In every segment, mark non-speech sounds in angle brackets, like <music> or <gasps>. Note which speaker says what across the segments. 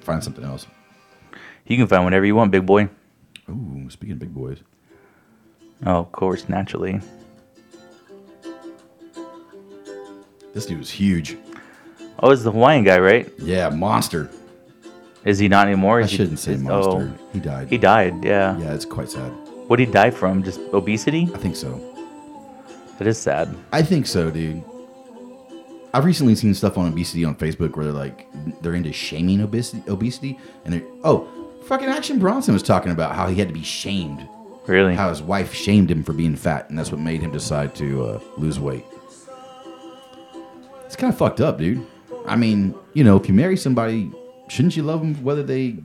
Speaker 1: find something else.
Speaker 2: You can find whatever you want, big boy.
Speaker 1: Ooh, speaking of big boys.
Speaker 2: Oh, of course, naturally.
Speaker 1: This dude was huge.
Speaker 2: Oh, it's the Hawaiian guy, right?
Speaker 1: Yeah, monster.
Speaker 2: Is he not anymore?
Speaker 1: I
Speaker 2: Is he-
Speaker 1: shouldn't say
Speaker 2: is-
Speaker 1: monster.
Speaker 2: Oh,
Speaker 1: He died.
Speaker 2: he died. Yeah.
Speaker 1: Yeah, it's quite sad.
Speaker 2: What did he die from? Just obesity?
Speaker 1: I think so.
Speaker 2: That is sad.
Speaker 1: I think so, dude. I've recently seen stuff on obesity on Facebook where they're like they're into shaming obesity, obesity, and they're oh, fucking Action Bronson was talking about how he had to be shamed,
Speaker 2: Really?
Speaker 1: how his wife shamed him for being fat, and that's what made him decide to uh, lose weight. It's kind of fucked up, dude. I mean, you know, if you marry somebody, shouldn't you love them whether they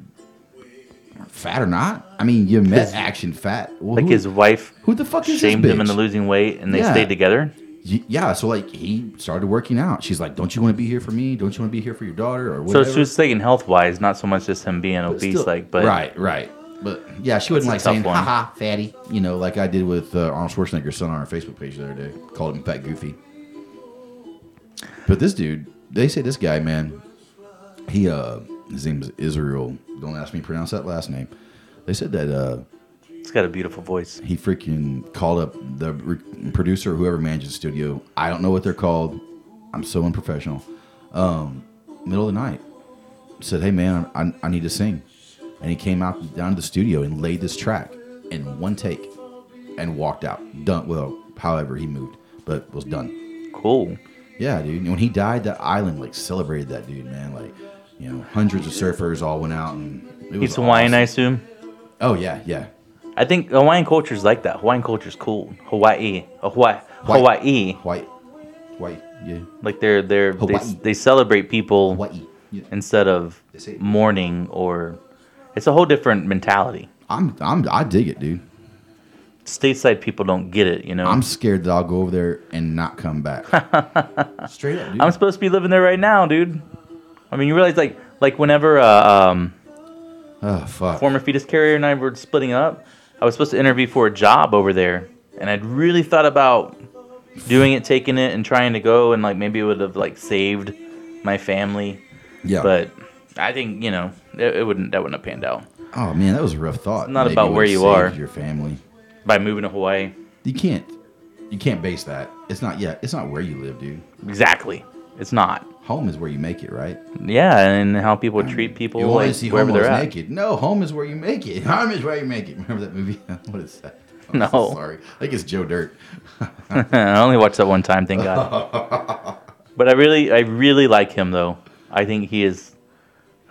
Speaker 1: are fat or not? I mean, you met
Speaker 2: His-
Speaker 1: Action Fat. Well,
Speaker 2: like
Speaker 1: who-
Speaker 2: his wife
Speaker 1: who the fuck is this
Speaker 2: shamed him
Speaker 1: bitch?
Speaker 2: into losing weight and they
Speaker 1: Yeah.
Speaker 2: stayed together?
Speaker 1: Y- yeah, so like he started working out. She's like, "Don't you want to be here for me? Don't you want to be here for your daughter or whatever?"
Speaker 2: So she was thinking health wise, not so much just him being obese,
Speaker 1: Still-
Speaker 2: like, but
Speaker 1: right, right. But yeah, she wouldn't like
Speaker 2: That's a tough
Speaker 1: saying
Speaker 2: one.
Speaker 1: "haha, fatty," you know, like I did with uh, Arnold Schwarzenegger's son on our Facebook page the other day. Called him Fat Goofy. But this dude, they say this guy, man, he uh, his name is Israel. Don't ask me to pronounce that last name. They said that uh,
Speaker 2: he's got a beautiful voice.
Speaker 1: he freaking called up the re- producer or whoever manages the studio. I don't know what they're called. I'm so unprofessional. Um, middle of the night, said, "Hey man, I, I need to sing," and he came out down to the studio and laid this track in one take, and walked out. Done. Well, however he moved, but was done.
Speaker 2: Cool.
Speaker 1: Yeah, dude. And when he died, that island like celebrated that dude, man. Like, you know, hundreds of surfers all went out and it was
Speaker 2: He's Hawaiian, I
Speaker 1: awesome.
Speaker 2: assume.
Speaker 1: Oh yeah, yeah.
Speaker 2: I think Hawaiian culture's like that. Hawaiian culture's cool. Hawaii, Uh, Hawaii,
Speaker 1: Hawaii.
Speaker 2: Hawaii.
Speaker 1: White, white, yeah,
Speaker 2: Like they're they're they,
Speaker 1: Hawaii.
Speaker 2: they celebrate people
Speaker 1: Hawaii. Yeah.
Speaker 2: instead of
Speaker 1: They say-
Speaker 2: mourning or it's a whole different mentality.
Speaker 1: I'm I'm I dig it, dude.
Speaker 2: Stateside people don't get it, you know.
Speaker 1: I'm
Speaker 2: I'm,
Speaker 1: scared that I'll go over there and not come
Speaker 2: <laughs>
Speaker 1: back. Straight up, dude.
Speaker 2: supposed to be living there right now, dude. I mean, you realize like like whenever uh, um,
Speaker 1: oh fuck.
Speaker 2: former fetus carrier and I were splitting up, I was supposed to interview for a job over there, and I'd really thought about doing it, taking it, and trying to go, and like maybe it would have like saved my family,
Speaker 1: yeah.
Speaker 2: but I think you know it, it wouldn't that wouldn't have panned out
Speaker 1: oh man, that was a rough thought.
Speaker 2: not
Speaker 1: Maybe
Speaker 2: about
Speaker 1: it
Speaker 2: where
Speaker 1: would've
Speaker 2: you are.
Speaker 1: saved Your family.
Speaker 2: by moving to Hawaii.
Speaker 1: You can't. You can't base that. It's not. Yeah. It's not where you live, dude.
Speaker 2: Exactly, it's not.
Speaker 1: Home is where you make it, right?
Speaker 2: Yeah, and how people treat people
Speaker 1: You
Speaker 2: like,
Speaker 1: always see
Speaker 2: wherever
Speaker 1: homos
Speaker 2: they're at.
Speaker 1: naked. No, home is where you make it. <laughs> Home is where you make it. Remember that movie? <laughs> what is
Speaker 2: <laughs>
Speaker 1: that? I'm
Speaker 2: No.
Speaker 1: so sorry. I think it's Joe Dirt. <laughs>
Speaker 2: <laughs> I only watched that one time, thank God.
Speaker 1: <laughs>
Speaker 2: but I really, I really like him though. I think he is.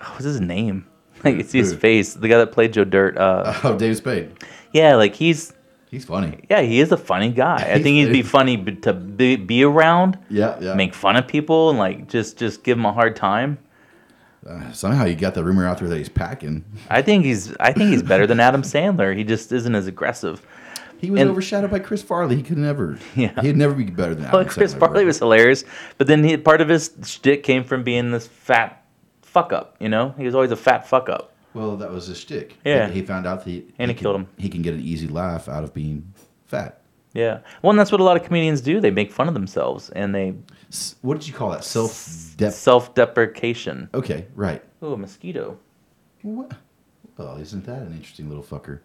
Speaker 2: oh, What's his name? <laughs> I can see his
Speaker 1: Who?
Speaker 2: face. The guy that played Joe Dirt. Uh,
Speaker 1: Oh, David Spade.
Speaker 2: yeah, like he's.
Speaker 1: He's funny.
Speaker 2: Yeah, he is a funny guy. I
Speaker 1: He's
Speaker 2: think he'd be
Speaker 1: funny.
Speaker 2: funny b- to be, be around,
Speaker 1: Yeah. Yeah.
Speaker 2: make fun of people, and like just just give him a hard time.
Speaker 1: Somehow you got the rumor out there that he's packing.
Speaker 2: I think he's I think he's better than Adam Sandler. He just isn't as aggressive.
Speaker 1: He was
Speaker 2: And-
Speaker 1: overshadowed by Chris Farley. He could never.
Speaker 2: <laughs> Yeah.
Speaker 1: He'd never be better than Adam
Speaker 2: But Chris
Speaker 1: Sandler,
Speaker 2: Farley
Speaker 1: bro.
Speaker 2: was hilarious, but then he, part of his shtick came from being this fat fuck up. You know, he was always a fat fuck up.
Speaker 1: Well, that was his shtick.
Speaker 2: Yeah.
Speaker 1: He, he found out that he,
Speaker 2: And he
Speaker 1: can-
Speaker 2: killed him.
Speaker 1: He can get an easy laugh out of being fat.
Speaker 2: Yeah. Well, and that's what a lot of comedians do. They make fun of themselves and they
Speaker 1: S- What did you call that? Self depth.
Speaker 2: self-deprecation.
Speaker 1: Okay, right.
Speaker 2: Oh, a mosquito.
Speaker 1: What? Well, isn't that an interesting little fucker?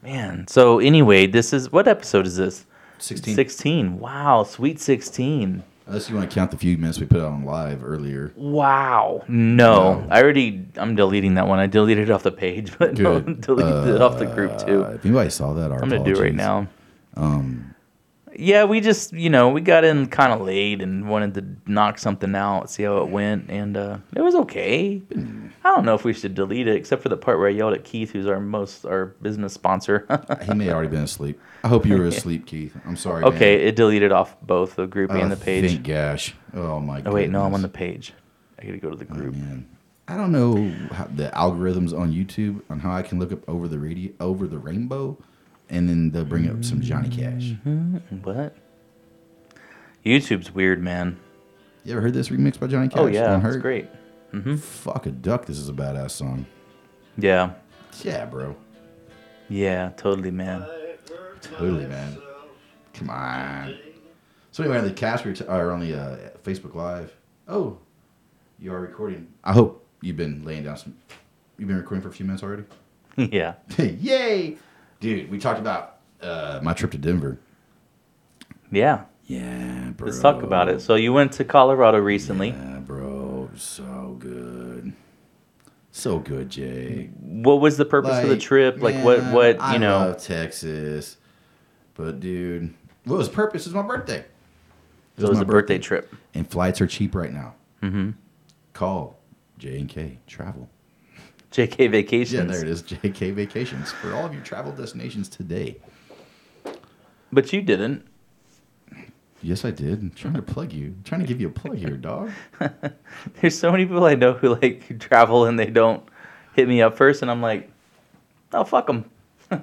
Speaker 2: Man. So anyway, this is what episode is this?
Speaker 1: 16.
Speaker 2: 16. Wow, sweet 16.
Speaker 1: Unless you want to count the few minutes we put on live earlier.
Speaker 2: Wow. No.
Speaker 1: No.
Speaker 2: I already I'm deleting that one. I deleted it off the page, <laughs> but <laughs> no,
Speaker 1: Good.
Speaker 2: deleted it off the group too.
Speaker 1: Uh, if anybody saw that, our
Speaker 2: I'm going to do it right
Speaker 1: apologies.
Speaker 2: now. Um yeah, we just, you know, we got in kind of late and wanted to knock something out, see how it went, and uh, it was okay. I don't know if we should delete it, except for the part where I yelled at Keith, who's our most our business sponsor. <laughs>
Speaker 1: He may have already been asleep. I hope you were asleep, Keith. I'm sorry. man.
Speaker 2: okay, it deleted off both the group and
Speaker 1: Oh,
Speaker 2: the page.
Speaker 1: Thank gosh. Oh my.
Speaker 2: oh wait, no,
Speaker 1: goodness.
Speaker 2: I'm
Speaker 1: Um,
Speaker 2: on the page. I gotta go to the group.
Speaker 1: Man, I don't know how the algorithms on YouTube on how I can look up over the radio over the rainbow, and then they'll bring up some Johnny Cash.
Speaker 2: What? YouTube's weird, man.
Speaker 1: You ever heard this remix by Johnny Cash?
Speaker 2: oh yeah,
Speaker 1: on
Speaker 2: it's
Speaker 1: Hurt?
Speaker 2: great.
Speaker 1: Fuck a duck. This is a badass song.
Speaker 2: Yeah,
Speaker 1: Yeah, bro.
Speaker 2: yeah, totally, man. <laughs>
Speaker 1: Totally, man. Come on. So anyway, on the Cash we were t- or on the uh, Facebook Live. Oh, you are recording. I hope You've been laying down some. You've been recording for a few minutes already. <laughs>
Speaker 2: yeah.
Speaker 1: Yay, dude! We talked about uh, my trip to Denver.
Speaker 2: Yeah.
Speaker 1: Yeah, bro.
Speaker 2: Let's talk about it. So you went to Colorado recently.
Speaker 1: Yeah, bro. So good. So good, Jay.
Speaker 2: What was the purpose of the trip? Like what
Speaker 1: man,
Speaker 2: what you
Speaker 1: I
Speaker 2: know?
Speaker 1: love Texas. But dude, what was the purpose? It was my birthday.
Speaker 2: it was
Speaker 1: my
Speaker 2: a birthday,
Speaker 1: <laughs>
Speaker 2: trip.
Speaker 1: And flights are cheap right now. Mm-hmm. Call J and K Travel.
Speaker 2: JK Vacations.
Speaker 1: Yeah, there it is. <laughs> JK Vacations for all of your travel destinations today.
Speaker 2: But you didn't. <laughs>
Speaker 1: Yes, I did. I'm trying to plug you. I'm trying to give you a plug here, dog.
Speaker 2: There's so many people I know who like <laughs> who travel and they don't hit me up first, and I'm like, oh fuck them.
Speaker 1: It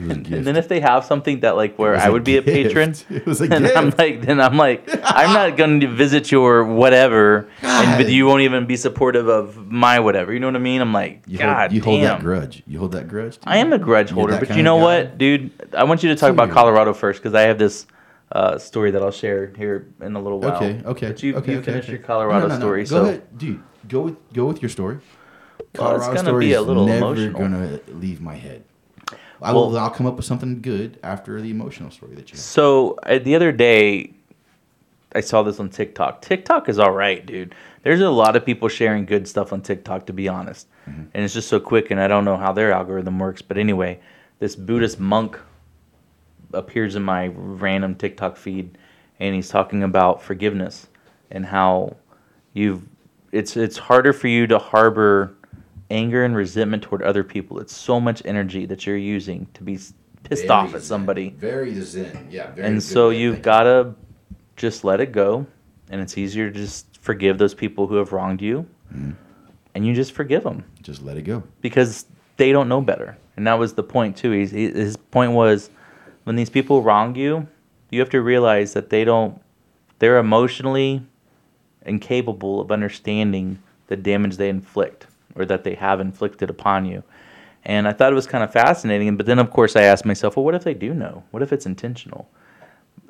Speaker 1: was a gift.
Speaker 2: <laughs> And then if they have something that like where
Speaker 1: was
Speaker 2: I
Speaker 1: a
Speaker 2: would be a
Speaker 1: gift.
Speaker 2: patron,
Speaker 1: <laughs> It was a
Speaker 2: then I'm
Speaker 1: gift.
Speaker 2: like, then
Speaker 1: <laughs>
Speaker 2: I'm like, I'm not going to visit your whatever, and but
Speaker 1: God.
Speaker 2: you won't even be supportive of my whatever. You know what I mean? I'm like,
Speaker 1: you
Speaker 2: God
Speaker 1: hold, you
Speaker 2: damn.
Speaker 1: hold that grudge. You hold that grudge. dude.
Speaker 2: I am a grudge holder,
Speaker 1: that
Speaker 2: but you
Speaker 1: kinda
Speaker 2: know
Speaker 1: guy?
Speaker 2: what, dude? I want you to talk about
Speaker 1: Dude.
Speaker 2: Colorado first because I have this uh, story that I'll share here in a little while.
Speaker 1: Okay, okay.
Speaker 2: But you,
Speaker 1: okay,
Speaker 2: you
Speaker 1: okay,
Speaker 2: finish
Speaker 1: okay.
Speaker 2: your Colorado
Speaker 1: No, no, no.
Speaker 2: story,
Speaker 1: Go
Speaker 2: so
Speaker 1: ahead, dude. Go with go with your story.
Speaker 2: Well, it's gonna be a
Speaker 1: is
Speaker 2: little
Speaker 1: never
Speaker 2: emotional.
Speaker 1: gonna leave my head. I will.
Speaker 2: Well-
Speaker 1: I'll come up with something good after the emotional story that you. Have.
Speaker 2: so uh, the other day, I saw this on TikTok. TikTok is all right, dude. There's a lot of people sharing good stuff on TikTok, to be honest, and it's just so quick, and I don't know how their algorithm works, but anyway, this Buddhist monk appears in my random TikTok feed, and he's talking about forgiveness and how you've it's it's harder for you to harbor anger and resentment toward other people. It's so much energy that you're using to be s- pissed off at somebody,
Speaker 1: Very zen. Yeah. Very
Speaker 2: and so you've gotta just let it go, and it's easier to just forgive those people who have wronged you, and you just forgive them
Speaker 1: Mm-hmm. just let it go.
Speaker 2: because they don't know better. And that was the point too. He's, he, his point was, when these people wrong you, you have to realize that they don't. They're emotionally incapable of understanding the damage they inflict or that they have inflicted upon you. And I thought it was kind of fascinating. But then, of course, I asked myself, well, what if they do know? What if it's intentional?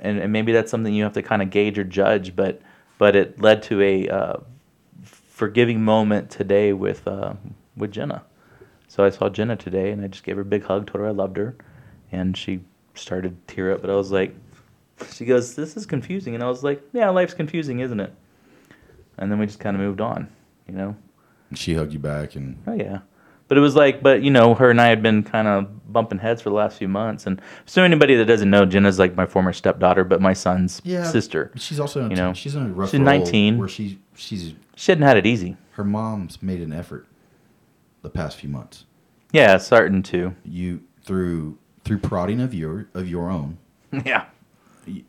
Speaker 2: And, and maybe that's something you have to kind of gauge or judge. But but it led to a uh, forgiving moment today with uh, with Jenna. So I saw Jenna today, and I just gave her a big hug, told her I loved her, and she started to tear up. But I was like, <laughs> she goes, "This is confusing," and I was like, "Yeah, life's confusing, isn't it?" And then we just kind of moved on, you know.
Speaker 1: And she hugged you back, and
Speaker 2: Oh yeah. But it was like, but you know, her and I had been kind of bumping heads for the last few months. And so anybody that doesn't know, Jenna's like my former stepdaughter, but my son's sister.
Speaker 1: She's also in
Speaker 2: You
Speaker 1: you
Speaker 2: know,
Speaker 1: she's in a rough
Speaker 2: she's
Speaker 1: role
Speaker 2: 19.
Speaker 1: where she she's
Speaker 2: She hadn't had it easy.
Speaker 1: her mom's made an effort the past few months.
Speaker 2: Yeah, certain too.
Speaker 1: You through through prodding of your of your own
Speaker 2: yeah.
Speaker 1: you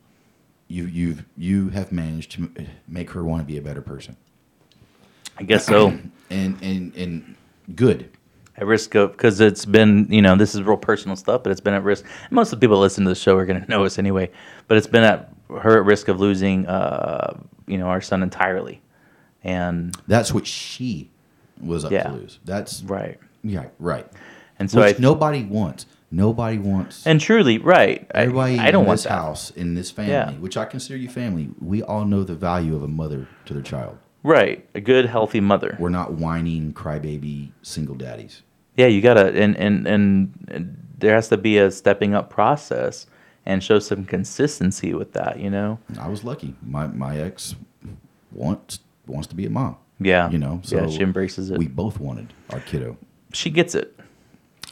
Speaker 1: you've you have managed to m- make her want to be a better person
Speaker 2: I
Speaker 1: <clears throat>
Speaker 2: guess so.
Speaker 1: and and and good
Speaker 2: at risk of because it's been you know this is real personal stuff but it's been at risk most of the people that listen to the show are going to <laughs> know us anyway but it's been at her at risk of losing uh, you know our son entirely and
Speaker 1: that's what she was up
Speaker 2: Yeah.
Speaker 1: to lose that's
Speaker 2: right
Speaker 1: yeah right
Speaker 2: and so
Speaker 1: which
Speaker 2: i
Speaker 1: nobody wants nobody wants
Speaker 2: and truly right I,
Speaker 1: everybody
Speaker 2: I don't
Speaker 1: in
Speaker 2: want
Speaker 1: this
Speaker 2: that
Speaker 1: house in this family
Speaker 2: Yeah.
Speaker 1: which i consider you family we all know the value of a mother to their child
Speaker 2: right a good healthy mother
Speaker 1: we're not whining crybaby single daddies
Speaker 2: yeah you gotta and, and and and there has to be a stepping up process and show some consistency with that you know
Speaker 1: i was lucky my my ex wants wants to be a mom
Speaker 2: yeah
Speaker 1: you know so
Speaker 2: yeah she embraces it
Speaker 1: we both wanted our kiddo
Speaker 2: she gets it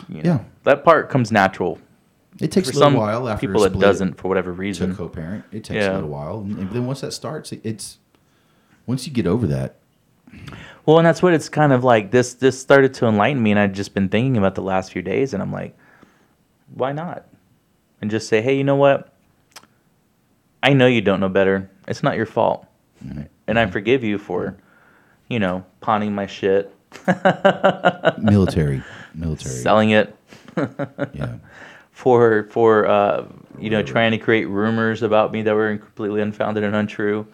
Speaker 2: you
Speaker 1: Yeah.
Speaker 2: that part comes natural
Speaker 1: It takes
Speaker 2: for
Speaker 1: a little
Speaker 2: some
Speaker 1: while after
Speaker 2: people
Speaker 1: a
Speaker 2: it
Speaker 1: split
Speaker 2: doesn't for whatever
Speaker 1: to
Speaker 2: reason
Speaker 1: co-parent. It takes
Speaker 2: Yeah.
Speaker 1: a little while, and and then once that starts, it- it's once you get over that.
Speaker 2: well and that's what it's kind of like this this started to enlighten me and i'd just been thinking about the last few days and i'm like why not and just say hey you know what i know you don't know better it's not your fault and i forgive you for you know pawning my shit <laughs>
Speaker 1: Military, military,
Speaker 2: selling it
Speaker 1: yeah,
Speaker 2: for for uh, you know trying to create rumors about me that were completely unfounded and untrue.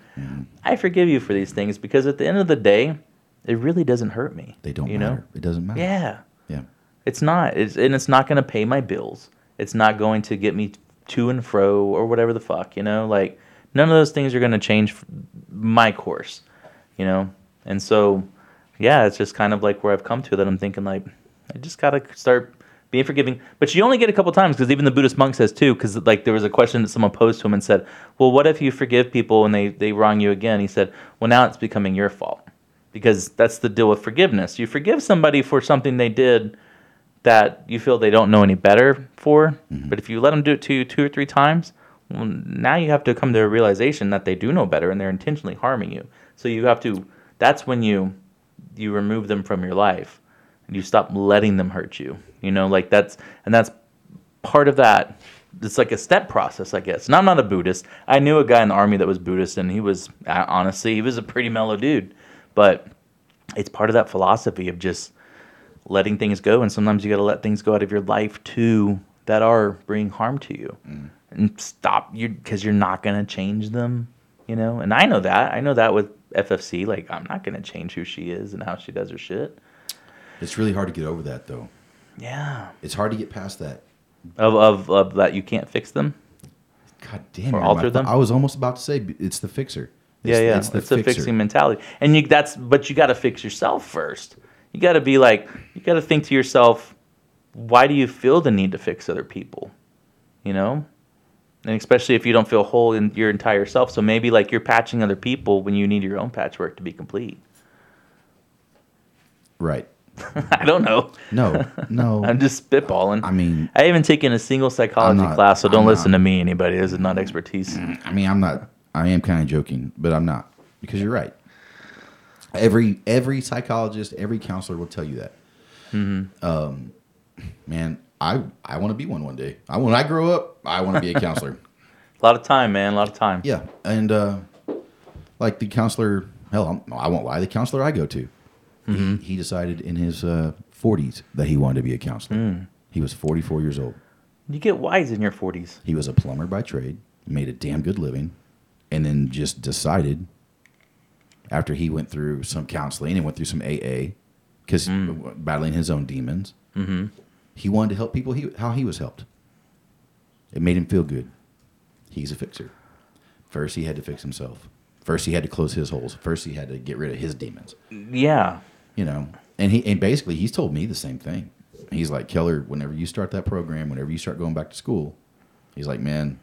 Speaker 2: I forgive you for these things because at the end of the day, it really doesn't hurt me.
Speaker 1: they don't
Speaker 2: you
Speaker 1: matter.
Speaker 2: know.
Speaker 1: It doesn't matter.
Speaker 2: Yeah,
Speaker 1: yeah.
Speaker 2: it's not. It's and it's not going to pay my bills. It's not going to get me to and fro or whatever the fuck. You know, like none of those things are going to change f- my course. You know, and so yeah, it's just kind of like where I've come to that I'm thinking like I just gotta start being forgiving. But you only get a couple times because even the Buddhist monk says too, because like there was a question that someone posed to him and said, "Well, what if you forgive people and they they wrong you again?" He said, "Well, now it's becoming your fault because that's the deal with forgiveness. You forgive somebody for something they did." That you feel they don't know any better for, but if you let them do it to you two or three times, well, now you have to come to a realization that they do know better and they're intentionally harming you. So you have to. That's when you you remove them from your life and you stop letting them hurt you. You know, like that's and that's part of that. It's like a step process, I guess. And I'm not a Buddhist. I knew a guy in the army that was Buddhist, and he was uh, honestly he was a pretty mellow dude. But it's part of that philosophy of just letting things go, and sometimes you got to let things go out of your life too that are bringing harm to you, and stop you because you're not gonna change them, you know. And I know that. I know that with FFC, like I'm not gonna change who she is and how she does her shit.
Speaker 1: It's really hard to get over that, though.
Speaker 2: Yeah.
Speaker 1: It's hard to get past that.
Speaker 2: Of, of of that you can't fix them.
Speaker 1: God damn
Speaker 2: Or
Speaker 1: it!
Speaker 2: alter
Speaker 1: my-
Speaker 2: them?
Speaker 1: I was almost about to say b- it's the fixer.
Speaker 2: yeah, yeah. It's, a fixing mentality, and you that's but you got to fix yourself first. You got to be like you got to think to yourself, why do you feel the need to fix other people? You know, and especially if you don't feel whole in your entire self. So maybe like you're patching other people when you need your own patchwork to be complete. <laughs>
Speaker 1: Right.
Speaker 2: I don't know.
Speaker 1: No, no.
Speaker 2: <laughs> I'm just spitballing.
Speaker 1: I mean-
Speaker 2: I haven't taken a single psychology
Speaker 1: I'm not-
Speaker 2: class, so don't
Speaker 1: I'm
Speaker 2: listen
Speaker 1: not-
Speaker 2: to me, anybody. This is not expertise.
Speaker 1: I mean, I'm not. I am kind of joking, but I'm not because you're right. Every every psychologist, every counselor will tell you that. Um, man, I I want to be one one day. I when I grow up, I want to be a counselor.
Speaker 2: A lot of time, man. A lot of time.
Speaker 1: yeah, and uh, like the counselor, hell, I'm, no, I won't lie. The counselor I go to, he, he decided in his uh, 40s that he wanted to be a counselor. He was 44 years old.
Speaker 2: You get wise in your 40s.
Speaker 1: He was a plumber by trade, made a damn good living, and then just decided after he went through some counseling and went through some AA because battling his own demons, mm-hmm. he wanted to help people he, how he was helped. It made him feel good. He's a fixer. First, he had to fix himself. First, he had to close his holes. First, he had to get rid of his demons
Speaker 2: Yeah.
Speaker 1: you know and he and basically he's told me the same thing he's like keller whenever you start that program whenever you start going back to school he's like man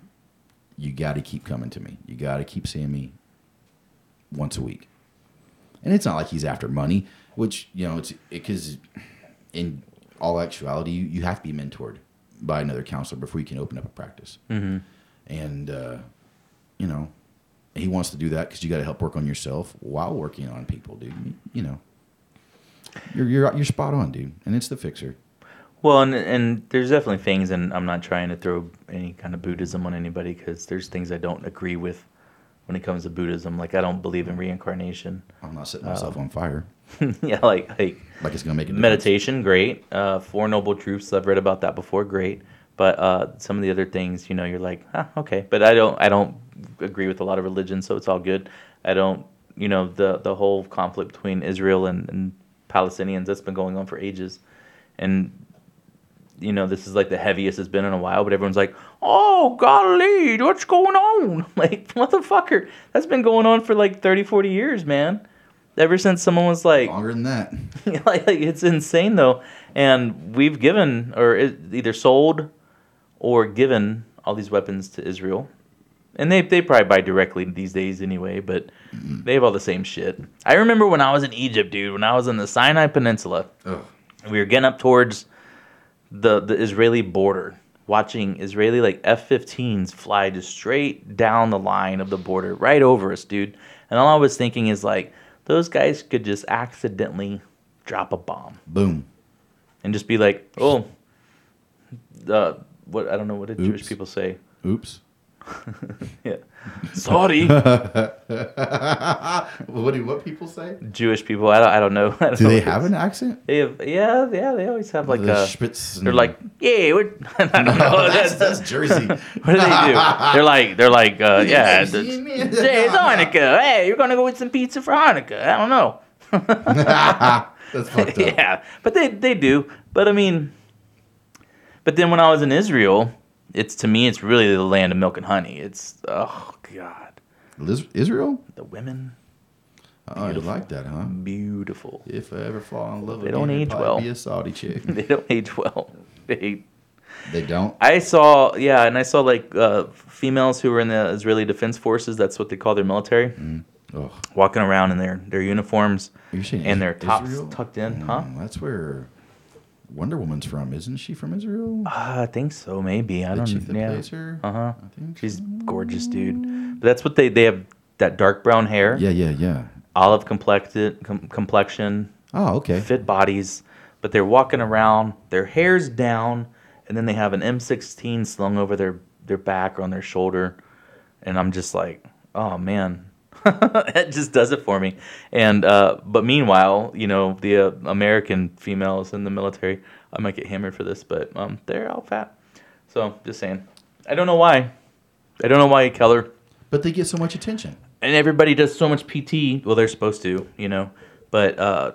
Speaker 1: you got to keep coming to me you got to keep seeing me once a week and it's not like he's after money which you know it's because in all actuality you, you have to be mentored by another counselor before you can open up a practice mm-hmm. and uh, you know he wants to do that because you got to help work on yourself while working on people dude you know you're you're you're spot on, dude. And it's the fixer.
Speaker 2: Well, and and there's definitely things, and I'm not trying to throw any kind of Buddhism on anybody because there's things I don't agree with when it comes to Buddhism. Like I don't believe in reincarnation. <laughs>
Speaker 1: I'm not setting myself on fire.
Speaker 2: yeah, like like
Speaker 1: Like it's gonna make it
Speaker 2: meditation, great. Uh, Four Noble Truths, I've read about that before, great. But uh, some of the other things, you know, you're like, ah, okay. But I don't I don't agree with a lot of religion, so it's all good. I don't, you know, the the whole conflict between Israel and, and Palestinians that's been going on for ages, and you know, this is like the heaviest it's been in a while, but everyone's like, oh, golly, what's going on? <laughs> Like, motherfucker, that's been going on for like 30, 40 years, man. Ever since someone was like,
Speaker 1: longer than that.
Speaker 2: <laughs> like, like, it's insane though and we've given or i- either sold or given all these weapons to israel and they, they probably buy directly these days anyway but they have all the same shit i remember when i was in egypt dude when i was in the sinai peninsula
Speaker 1: Ugh.
Speaker 2: we were getting up towards the the Israeli border, watching Israeli like F-15s fly just straight down the line of the border, right over us, dude. And all I was thinking is like, those guys could just accidentally drop a bomb
Speaker 1: Boom.
Speaker 2: and just be like, oh, uh, what I don't know what did Jewish
Speaker 1: Oops.
Speaker 2: people say. <laughs>
Speaker 1: Oops.
Speaker 2: Yeah, sorry,
Speaker 1: What do what people say?
Speaker 2: Jewish people. I don't, I don't know. <laughs> I don't
Speaker 1: Do
Speaker 2: know
Speaker 1: they
Speaker 2: what it
Speaker 1: have
Speaker 2: is.
Speaker 1: an accent?
Speaker 2: They have, yeah, yeah. They always have like
Speaker 1: The
Speaker 2: a.
Speaker 1: Spitz and- <laughs>
Speaker 2: They're like, yeah, we're. <laughs> I don't know.
Speaker 1: Mm-hmm. that's, that's Jersey.
Speaker 2: <laughs> What do they do? They're like, they're
Speaker 1: <laughs>
Speaker 2: like, uh, yeah,
Speaker 1: you
Speaker 2: it's-
Speaker 1: mean?
Speaker 2: <laughs> Hey, it's Hanukkah. Hey, you're gonna go with some pizza for Hanukkah. I don't know.
Speaker 1: that's fucked up.
Speaker 2: <laughs> yeah, but they they do. But I mean, but then when I was in Israel, it's to me, it's really the land of milk and honey. It's oh god,
Speaker 1: Lis- Israel?
Speaker 2: the women.
Speaker 1: Oh, you like that, huh?
Speaker 2: Beautiful. <laughs>
Speaker 1: If I ever fall in love
Speaker 2: They
Speaker 1: with
Speaker 2: don't
Speaker 1: you, it'd
Speaker 2: age
Speaker 1: probably
Speaker 2: well.
Speaker 1: be a Saudi chick.
Speaker 2: <laughs> they don't age well. They
Speaker 1: they don't.
Speaker 2: I saw, yeah, and I saw like uh, females who were in the Israeli Defense Forces. That's what they call their military,
Speaker 1: Mm. Ugh.
Speaker 2: walking around in their their uniforms
Speaker 1: You're saying
Speaker 2: and their
Speaker 1: Is-
Speaker 2: tops
Speaker 1: Israel?
Speaker 2: tucked in,
Speaker 1: Mm,
Speaker 2: huh?
Speaker 1: That's where Wonder Woman's from, isn't she? From Israel?
Speaker 2: Uh, I think so, maybe. I
Speaker 1: the
Speaker 2: don't.
Speaker 1: chick that
Speaker 2: yeah.
Speaker 1: plays her.
Speaker 2: Uh huh.
Speaker 1: I think
Speaker 2: She's
Speaker 1: so.
Speaker 2: gorgeous, dude. But that's what they they have that dark brown hair,
Speaker 1: Yeah, yeah, yeah.
Speaker 2: olive complected com- complexion,
Speaker 1: Oh, okay.
Speaker 2: fit bodies. But they're walking around, their hair's down, and then they have an M16 slung over their their back or on their shoulder, and I'm just like, oh man. <laughs> it just does it for me, and uh, but meanwhile, you know the uh, American females in the military. I might get hammered for this, but um, they're all fat. So just saying, I don't know why. I don't know why Keller
Speaker 1: But they get so much attention.
Speaker 2: and everybody does so much PT. Well, they're supposed to, you know, but uh,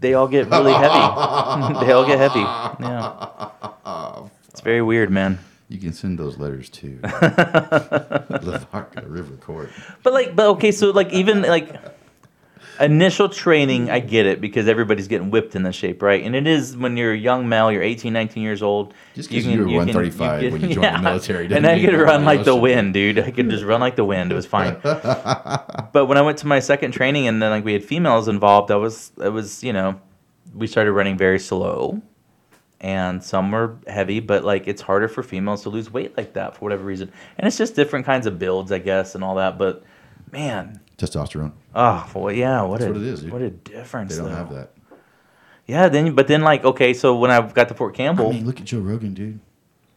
Speaker 2: they all get really heavy. <laughs> they all get heavy. Yeah, it's very weird, man.
Speaker 1: You can send those letters
Speaker 2: <laughs>
Speaker 1: to Lavaca River Court.
Speaker 2: But like, but okay, so like even like initial training, I get it because everybody's getting whipped in the shape, right? And it is when you're a young male, you're 18, 19 years old.
Speaker 1: Just
Speaker 2: you
Speaker 1: 'cause
Speaker 2: can-
Speaker 1: you were
Speaker 2: can- you
Speaker 1: 135 when
Speaker 2: <laughs>
Speaker 1: you joined the military doesn't
Speaker 2: and I
Speaker 1: mean
Speaker 2: could
Speaker 1: you're
Speaker 2: run like the
Speaker 1: awesome.
Speaker 2: wind, dude. I could just run like the wind. It was fine. but when I went to my second training and then like we had females involved, I was it was you know we started running very slow. And some were heavy, but like it's harder for females to lose weight like that for whatever reason. And it's just different kinds of builds, I guess, and all that. But man,
Speaker 1: <laughs> Testosterone.
Speaker 2: Oh well, yeah. What
Speaker 1: That's
Speaker 2: a
Speaker 1: what it is, dude.
Speaker 2: what a difference.
Speaker 1: They don't
Speaker 2: though.
Speaker 1: have that.
Speaker 2: Yeah. Then, but then, like, okay. So when I got to Fort
Speaker 1: I
Speaker 2: Campbell,
Speaker 1: mean, look at Joe Rogan, dude.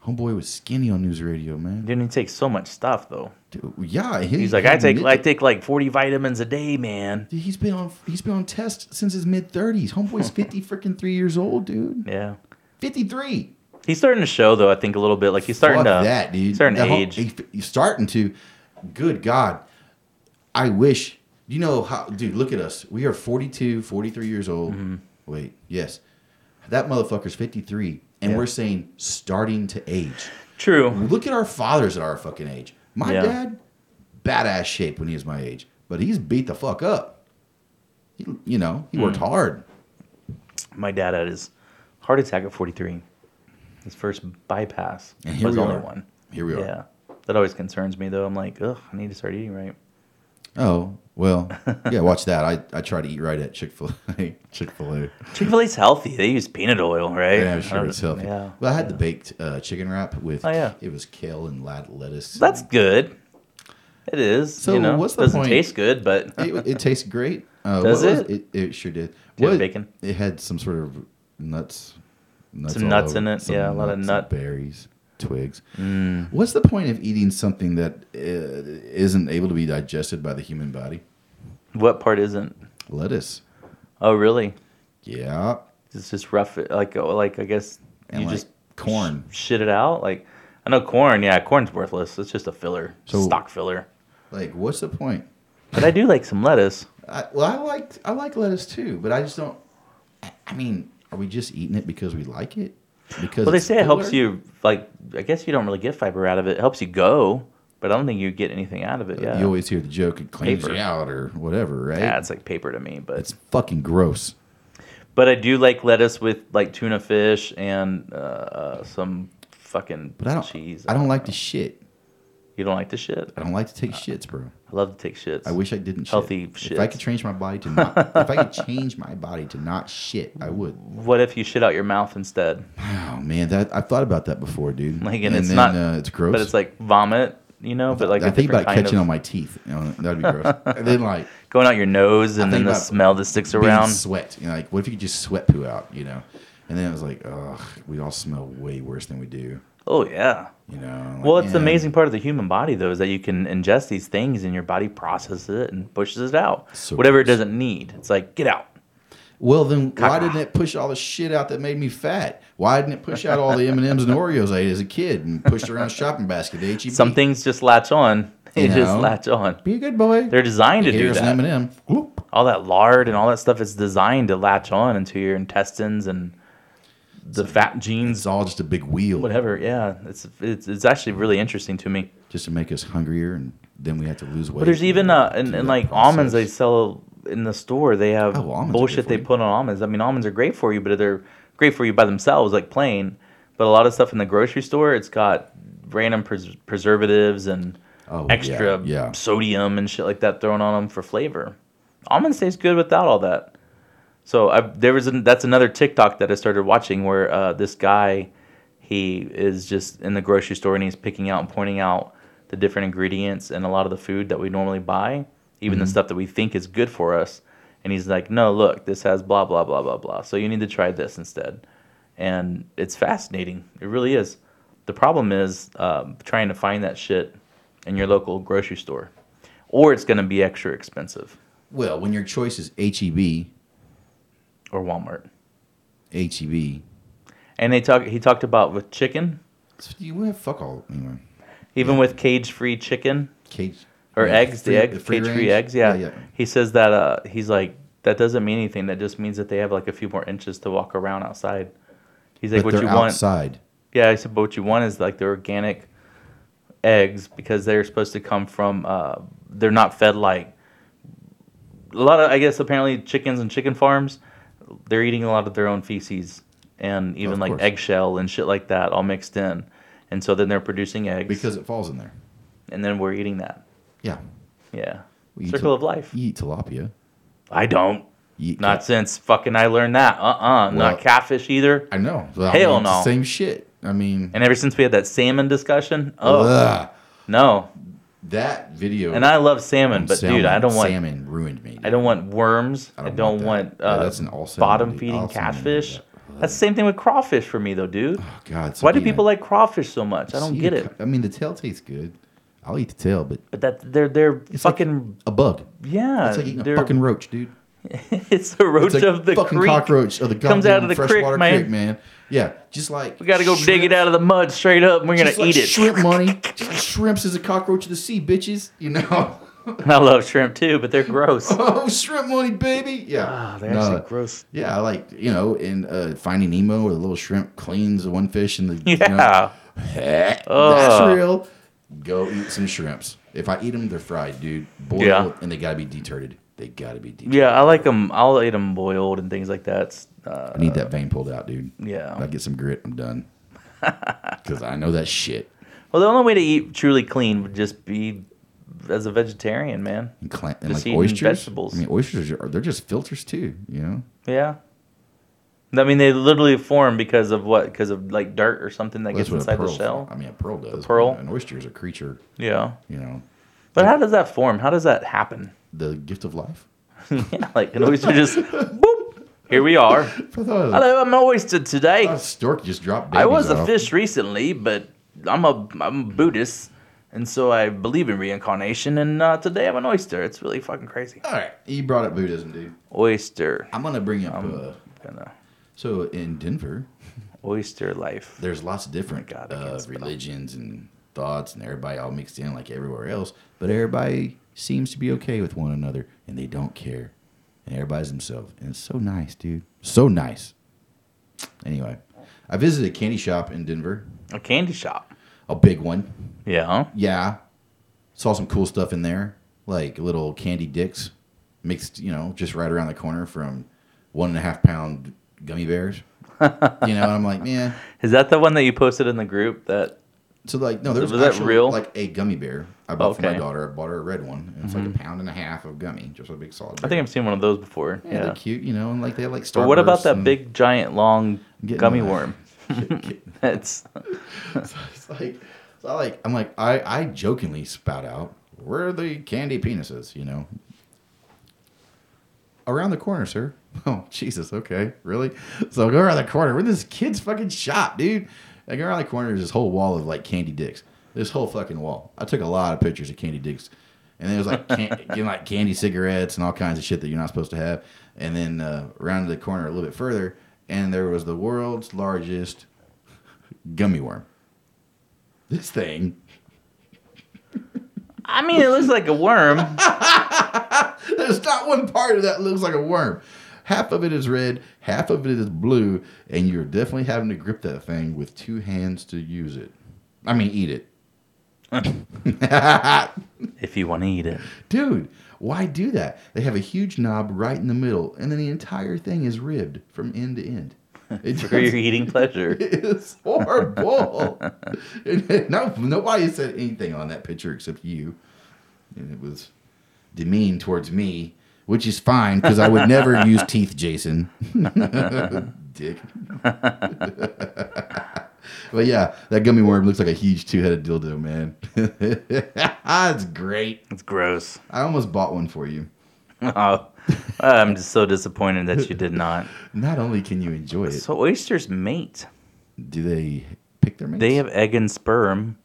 Speaker 1: Homeboy was skinny on news radio, man.
Speaker 2: didn't he take so much stuff though?
Speaker 1: Dude, yeah, he-
Speaker 2: He's like, I
Speaker 1: he
Speaker 2: take
Speaker 1: admitted-
Speaker 2: I take like forty vitamins a day, man.
Speaker 1: Dude, he's been on he's been on test since his mid thirties.
Speaker 2: <laughs>
Speaker 1: Homeboy's fifty freaking three years old, dude.
Speaker 2: Yeah.
Speaker 1: Fifty three.
Speaker 2: He's starting to show though. I think a little bit. Like he's starting
Speaker 1: Fuck
Speaker 2: to
Speaker 1: that, dude.
Speaker 2: starting to
Speaker 1: That whole-
Speaker 2: age.
Speaker 1: he- he's starting to. Good God, I wish. You know how, dude? Look at us. We are 42, 43 years old.
Speaker 2: Mm-hmm.
Speaker 1: Wait, yes, that motherfucker's fifty three, and
Speaker 2: Yeah.
Speaker 1: we're saying starting to age.
Speaker 2: True.
Speaker 1: Look at our fathers at our fucking age. My
Speaker 2: Yeah.
Speaker 1: dad, badass shape when he was my age, but he's beat the fuck up. He, you know, he
Speaker 2: Mm.
Speaker 1: worked hard.
Speaker 2: My dad had his heart attack at forty three. His first bypass
Speaker 1: And here
Speaker 2: was
Speaker 1: we
Speaker 2: only
Speaker 1: are.
Speaker 2: one.
Speaker 1: Here we are.
Speaker 2: Yeah. That always concerns me though. I'm like, ugh, I need to start eating right.
Speaker 1: Oh
Speaker 2: <laughs>
Speaker 1: well, yeah. Watch that. I, I try to eat right at Chick Fil <laughs> A. Chick Fil A.
Speaker 2: Chick Fil A's healthy. They use peanut oil, right?
Speaker 1: Yeah, I'm
Speaker 2: I
Speaker 1: sure
Speaker 2: don't-
Speaker 1: it's healthy.
Speaker 2: Yeah.
Speaker 1: Well, I had the baked uh, chicken wrap with.
Speaker 2: Oh, yeah.
Speaker 1: It was kale and lat- lettuce.
Speaker 2: That's good. It is.
Speaker 1: So
Speaker 2: you know,
Speaker 1: what's the
Speaker 2: doesn't
Speaker 1: point?
Speaker 2: taste good, but
Speaker 1: it, it tastes great. Uh,
Speaker 2: Does
Speaker 1: what was-
Speaker 2: it?
Speaker 1: it? It sure did.
Speaker 2: Did it
Speaker 1: What-
Speaker 2: bacon?
Speaker 1: It had some sort of nuts. nuts
Speaker 2: Some
Speaker 1: all
Speaker 2: nuts
Speaker 1: over
Speaker 2: in it,
Speaker 1: some
Speaker 2: yeah, a lot of
Speaker 1: nuts and
Speaker 2: nut- Mm.
Speaker 1: berries, twigs. What's the point of eating something that uh, isn't able to be digested by the human body?
Speaker 2: <laughs> what part isn't?
Speaker 1: Lettuce.
Speaker 2: Oh, really?
Speaker 1: Yeah,
Speaker 2: It's just rough. Like, oh, like I guess
Speaker 1: and
Speaker 2: you
Speaker 1: like
Speaker 2: just
Speaker 1: corn.
Speaker 2: shit it out. Like, I know corn. Yeah, corn's worthless. It's just a filler,
Speaker 1: So-
Speaker 2: stock filler.
Speaker 1: Like, what's the point?
Speaker 2: But I do like some lettuce.
Speaker 1: I, well, I like I like lettuce too, but I just don't. I- I mean, are we just eating it because we like it? Because
Speaker 2: Well, they
Speaker 1: it's
Speaker 2: say it helps
Speaker 1: filler?
Speaker 2: you. Like, I guess you don't really get fiber out of it. It helps you go, but I don't think you get anything out of it. Yeah,
Speaker 1: Uh, You always hear the joke, it cleans
Speaker 2: Paper.
Speaker 1: you out or whatever, right?
Speaker 2: yeah, it's like paper to me. But
Speaker 1: it's fucking gross.
Speaker 2: but I do like lettuce with like tuna fish and uh, uh, some fucking
Speaker 1: But I don't.
Speaker 2: cheese.
Speaker 1: I don't like to shit.
Speaker 2: You don't like the shit.
Speaker 1: I don't like to take shits, bro.
Speaker 2: I love to take shits.
Speaker 1: I wish I didn't. Shit.
Speaker 2: Healthy
Speaker 1: If I
Speaker 2: shits.
Speaker 1: could change my body to not, if I could change my body to not shit, I would.
Speaker 2: What if you shit out your mouth instead?
Speaker 1: Oh man, that I've thought about that before, dude.
Speaker 2: Like, and
Speaker 1: and
Speaker 2: it's
Speaker 1: then,
Speaker 2: not-
Speaker 1: Uh, it's gross.
Speaker 2: But it's like vomit, you know. But like
Speaker 1: I
Speaker 2: a
Speaker 1: think
Speaker 2: different
Speaker 1: about
Speaker 2: kind
Speaker 1: catching
Speaker 2: of
Speaker 1: on my teeth. You know, that'd be
Speaker 2: <laughs>
Speaker 1: gross. and then like
Speaker 2: going out your nose and
Speaker 1: think
Speaker 2: then the
Speaker 1: about
Speaker 2: smell that sticks
Speaker 1: being
Speaker 2: around.
Speaker 1: sweat. You know, like what if you could just sweat poo out? You know. And then I was like, ugh, we all smell way worse than we do.
Speaker 2: Oh yeah.
Speaker 1: You know. like,
Speaker 2: Well, it's the
Speaker 1: yeah.
Speaker 2: amazing part of the human body though is that you can ingest these things and your body processes it and pushes it out.
Speaker 1: So
Speaker 2: Whatever it
Speaker 1: gross.
Speaker 2: doesn't need, it's like get out.
Speaker 1: Well, then why
Speaker 2: Caca.
Speaker 1: didn't it push all the shit out that made me fat? Why didn't it push out all the M and M's and Oreos I ate as a kid and pushed around a shopping basket? At H-E-B?
Speaker 2: Some things just latch on. <laughs> They
Speaker 1: You
Speaker 2: just
Speaker 1: know.
Speaker 2: latch on.
Speaker 1: Be a good boy.
Speaker 2: They're designed to
Speaker 1: Here's
Speaker 2: do
Speaker 1: an
Speaker 2: that.
Speaker 1: M and M. Whoop.
Speaker 2: all that lard and all that stuff is designed to latch on into your intestines and the fat genes,
Speaker 1: It's all just a big wheel,
Speaker 2: whatever. Yeah, it's it's, it's actually really interesting to me.
Speaker 1: just to make us hungrier, and then we have to lose weight.
Speaker 2: But there's even uh, and,
Speaker 1: Do
Speaker 2: and
Speaker 1: that
Speaker 2: like
Speaker 1: process.
Speaker 2: almonds they sell in the store they have
Speaker 1: Oh, well, almonds are good
Speaker 2: bullshit
Speaker 1: for
Speaker 2: they
Speaker 1: you.
Speaker 2: put on almonds. I mean, almonds are great for you, but they're great for you by themselves, like plain. But a lot of stuff in the grocery store, it's got random pres- preservatives and
Speaker 1: Oh, yeah,
Speaker 2: extra
Speaker 1: yeah.
Speaker 2: sodium and shit like that thrown on them for flavor. Almonds taste good without all that. So I, there was an, that's another TikTok that I started watching where uh, this guy he is just in the grocery store and he's picking out and pointing out the different ingredients and in a lot of the food that we normally buy, even
Speaker 1: Mm-hmm.
Speaker 2: the stuff that we think is good for us. And he's like, "No, look, this has blah blah blah blah blah. So you need to try this instead." And it's fascinating. It really is. The problem is um, trying to find that shit in your local grocery store, or it's going to be extra expensive,
Speaker 1: Well, when your choice is E HEB,
Speaker 2: or Walmart.
Speaker 1: HEB,
Speaker 2: And they talk. He talked about with chicken,
Speaker 1: so you would have fuck all anyway.
Speaker 2: even with cage-free chicken
Speaker 1: Cage
Speaker 2: or
Speaker 1: yeah,
Speaker 2: eggs,
Speaker 1: free-
Speaker 2: the egg,
Speaker 1: free
Speaker 2: cage-free
Speaker 1: range.
Speaker 2: eggs. Yeah.
Speaker 1: yeah,
Speaker 2: He says that. Uh, he's like, that doesn't mean anything. That just means that they have like a few more inches to walk around outside. He's like,
Speaker 1: But
Speaker 2: what
Speaker 1: they're
Speaker 2: you want?
Speaker 1: outside.
Speaker 2: Yeah, I said, but what you want is like the organic eggs because they're supposed to come from. Uh, they're not fed like a lot of. I guess apparently chickens and chicken farms, they're eating a lot of their own feces and even
Speaker 1: Of
Speaker 2: like
Speaker 1: course.
Speaker 2: eggshell and shit like that all mixed in, and so then they're producing eggs
Speaker 1: because it falls in there.
Speaker 2: and then we're eating that.
Speaker 1: Yeah,
Speaker 2: Yeah,
Speaker 1: We eat
Speaker 2: circle
Speaker 1: til-
Speaker 2: of life.
Speaker 1: you eat tilapia.
Speaker 2: I don't.
Speaker 1: You eat
Speaker 2: Not since fucking I learned that. Uh uh
Speaker 1: Well-
Speaker 2: Not catfish either.
Speaker 1: I know. Well,
Speaker 2: Hell
Speaker 1: it's the
Speaker 2: no.
Speaker 1: Same shit. I mean,
Speaker 2: And ever since we had that salmon discussion, oh
Speaker 1: ugh,
Speaker 2: no.
Speaker 1: that video.
Speaker 2: And I love salmon, but
Speaker 1: salmon,
Speaker 2: dude, I don't want
Speaker 1: salmon ruined me.
Speaker 2: I don't want worms. I
Speaker 1: don't
Speaker 2: don't,
Speaker 1: want
Speaker 2: want,
Speaker 1: that.
Speaker 2: uh,
Speaker 1: Yeah, that's an all salmon,
Speaker 2: bottom
Speaker 1: dude.
Speaker 2: feeding
Speaker 1: All salmon,
Speaker 2: catfish.
Speaker 1: yeah.
Speaker 2: That's the same thing with crawfish for me though, dude.
Speaker 1: Oh, God,
Speaker 2: Why do
Speaker 1: Sabina.
Speaker 2: people like crawfish so much? I don't
Speaker 1: See,
Speaker 2: get
Speaker 1: the-
Speaker 2: it.
Speaker 1: I mean, the tail tastes good. I'll eat the tail, but
Speaker 2: But that they're they're
Speaker 1: it's like
Speaker 2: fucking
Speaker 1: a bug.
Speaker 2: yeah.
Speaker 1: It's like eating a
Speaker 2: Uh, they're,
Speaker 1: fucking roach, dude.
Speaker 2: <laughs> it's the roach
Speaker 1: It's like
Speaker 2: of the
Speaker 1: fucking
Speaker 2: creek.
Speaker 1: cockroach of the
Speaker 2: Comes out
Speaker 1: goddamn
Speaker 2: of the creek,
Speaker 1: freshwater
Speaker 2: man.
Speaker 1: creek, man. Yeah, just like
Speaker 2: We gotta go dig it out of the mud straight up and we're gonna
Speaker 1: Just like
Speaker 2: eat it.
Speaker 1: Shrimp money. Just like shrimps is a cockroach of the sea, bitches. You know.
Speaker 2: <laughs>
Speaker 1: <laughs>
Speaker 2: I love shrimp too, but they're gross.
Speaker 1: oh, shrimp money, baby. Yeah.
Speaker 2: Ah, they're
Speaker 1: No,
Speaker 2: actually gross.
Speaker 1: Yeah, I like you know in uh, Finding Nemo where the little shrimp cleans the one fish and the you know,
Speaker 2: Yeah.
Speaker 1: <laughs> that's
Speaker 2: Ugh.
Speaker 1: real. Go eat some shrimps. If I eat them, they're fried, dude. Boiled
Speaker 2: Yeah.
Speaker 1: and they gotta be deterted. They gotta be deterted.
Speaker 2: Yeah, I like them. I'll eat them boiled and things like that. It's, Uh,
Speaker 1: I need that vein pulled out, dude. I
Speaker 2: yeah.
Speaker 1: get some grit. I'm
Speaker 2: <laughs>
Speaker 1: done. Because I know that shit.
Speaker 2: Well, the only way to eat truly clean would just be as a vegetarian, man.
Speaker 1: And, cla- and
Speaker 2: Just
Speaker 1: like
Speaker 2: eating
Speaker 1: oysters.
Speaker 2: vegetables.
Speaker 1: I mean, oysters are they're just filters too. You know.
Speaker 2: Yeah. I mean, they literally form because of what? Because of like dirt or something that
Speaker 1: Well,
Speaker 2: gets inside the
Speaker 1: pearl's-
Speaker 2: shell.
Speaker 1: I mean, a pearl does. but
Speaker 2: pearl?
Speaker 1: An oyster is a creature.
Speaker 2: Yeah.
Speaker 1: You know,
Speaker 2: But how does that form? How does that happen? <laughs>
Speaker 1: the gift of life.
Speaker 2: yeah, like an oyster just <laughs> boop. Here we are.
Speaker 1: I thought it was-
Speaker 2: Hello, I'm an oyster
Speaker 1: I
Speaker 2: today.
Speaker 1: thought stork just dropped.
Speaker 2: I was
Speaker 1: babies
Speaker 2: a
Speaker 1: off.
Speaker 2: fish recently, but I'm a I'm a Buddhist, and so I believe in reincarnation. And uh, today I'm an oyster. It's really fucking crazy.
Speaker 1: All right, you brought up Buddhism, dude.
Speaker 2: Oyster,
Speaker 1: I'm gonna bring up.
Speaker 2: Um,
Speaker 1: uh,
Speaker 2: gonna
Speaker 1: so in Denver,
Speaker 2: oyster life.
Speaker 1: there's lots of different
Speaker 2: God, I can't
Speaker 1: uh,
Speaker 2: spell.
Speaker 1: religions and thoughts, and everybody all mixed in like everywhere else. But everybody seems to be okay with one another, and they don't care, and everybody's themselves, and it's so nice, dude. So nice. Anyway, I visited a candy shop in Denver,
Speaker 2: A candy shop.
Speaker 1: a big one.
Speaker 2: Yeah.
Speaker 1: Yeah. Saw some cool stuff in there, like little candy dicks mixed, you know, just right around the corner from one and a half pound gummy
Speaker 2: <laughs>
Speaker 1: bears. you know, and I'm like, man.
Speaker 2: Is that the one that you posted in the group? That
Speaker 1: So like, no, there was,
Speaker 2: Was that
Speaker 1: actual,
Speaker 2: real?
Speaker 1: like a gummy bear. I bought for my
Speaker 2: Okay. Mm-hmm.
Speaker 1: daughter. I bought her a red one. And it's like a pound and a half of gummy, just a big solid.
Speaker 2: I think I've seen one of those before.
Speaker 1: yeah, they're
Speaker 2: Yeah.
Speaker 1: cute, you know, and like they had like. Starburst
Speaker 2: But what about that
Speaker 1: and-
Speaker 2: big, giant, long
Speaker 1: Getting
Speaker 2: gummy
Speaker 1: my-
Speaker 2: <laughs> worm?
Speaker 1: <laughs>
Speaker 2: That's
Speaker 1: it's like, so I like, I'm like, I, I jokingly spout out, where are the candy penises, you know? Around the corner, sir. <laughs> Oh, Jesus, okay, really? So I go around the corner. We're in this kid's fucking shop, dude. I go around the corner, there's this whole wall of like candy dicks. This whole fucking wall. I took a lot of pictures of candy dicks. And there was like, can- you know, like candy cigarettes and all kinds of shit that you're not supposed to have. And then uh, around the corner a little bit further, and there was the world's largest gummy worm this thing.
Speaker 2: I mean, it looks like a worm.
Speaker 1: There's not one part of that looks like a worm. Half of it is red, half of it is blue, and you're definitely having to grip that thing with two hands to use it. I mean, eat it.
Speaker 2: <laughs>
Speaker 1: <laughs>
Speaker 2: if you want to eat it,
Speaker 1: Dude, Why do that? They have a huge knob right in the middle, and then the entire thing is ribbed from end to end. It
Speaker 2: for your
Speaker 1: just-
Speaker 2: eating pleasure.
Speaker 1: it's horrible. And no, nobody said anything on that picture except you, and it was demean towards me, which is fine because I would never use teeth, Jason. <laughs> Dick. but yeah, that gummy worm looks like a huge two-headed dildo, man. <laughs> it's great.
Speaker 2: <laughs> It's gross.
Speaker 1: I almost bought one for you.
Speaker 2: <laughs> Oh, I'm just so disappointed that you did not.
Speaker 1: Not only can you enjoy it,
Speaker 2: So oysters mate.
Speaker 1: do they pick their mates?
Speaker 2: They have egg and sperm,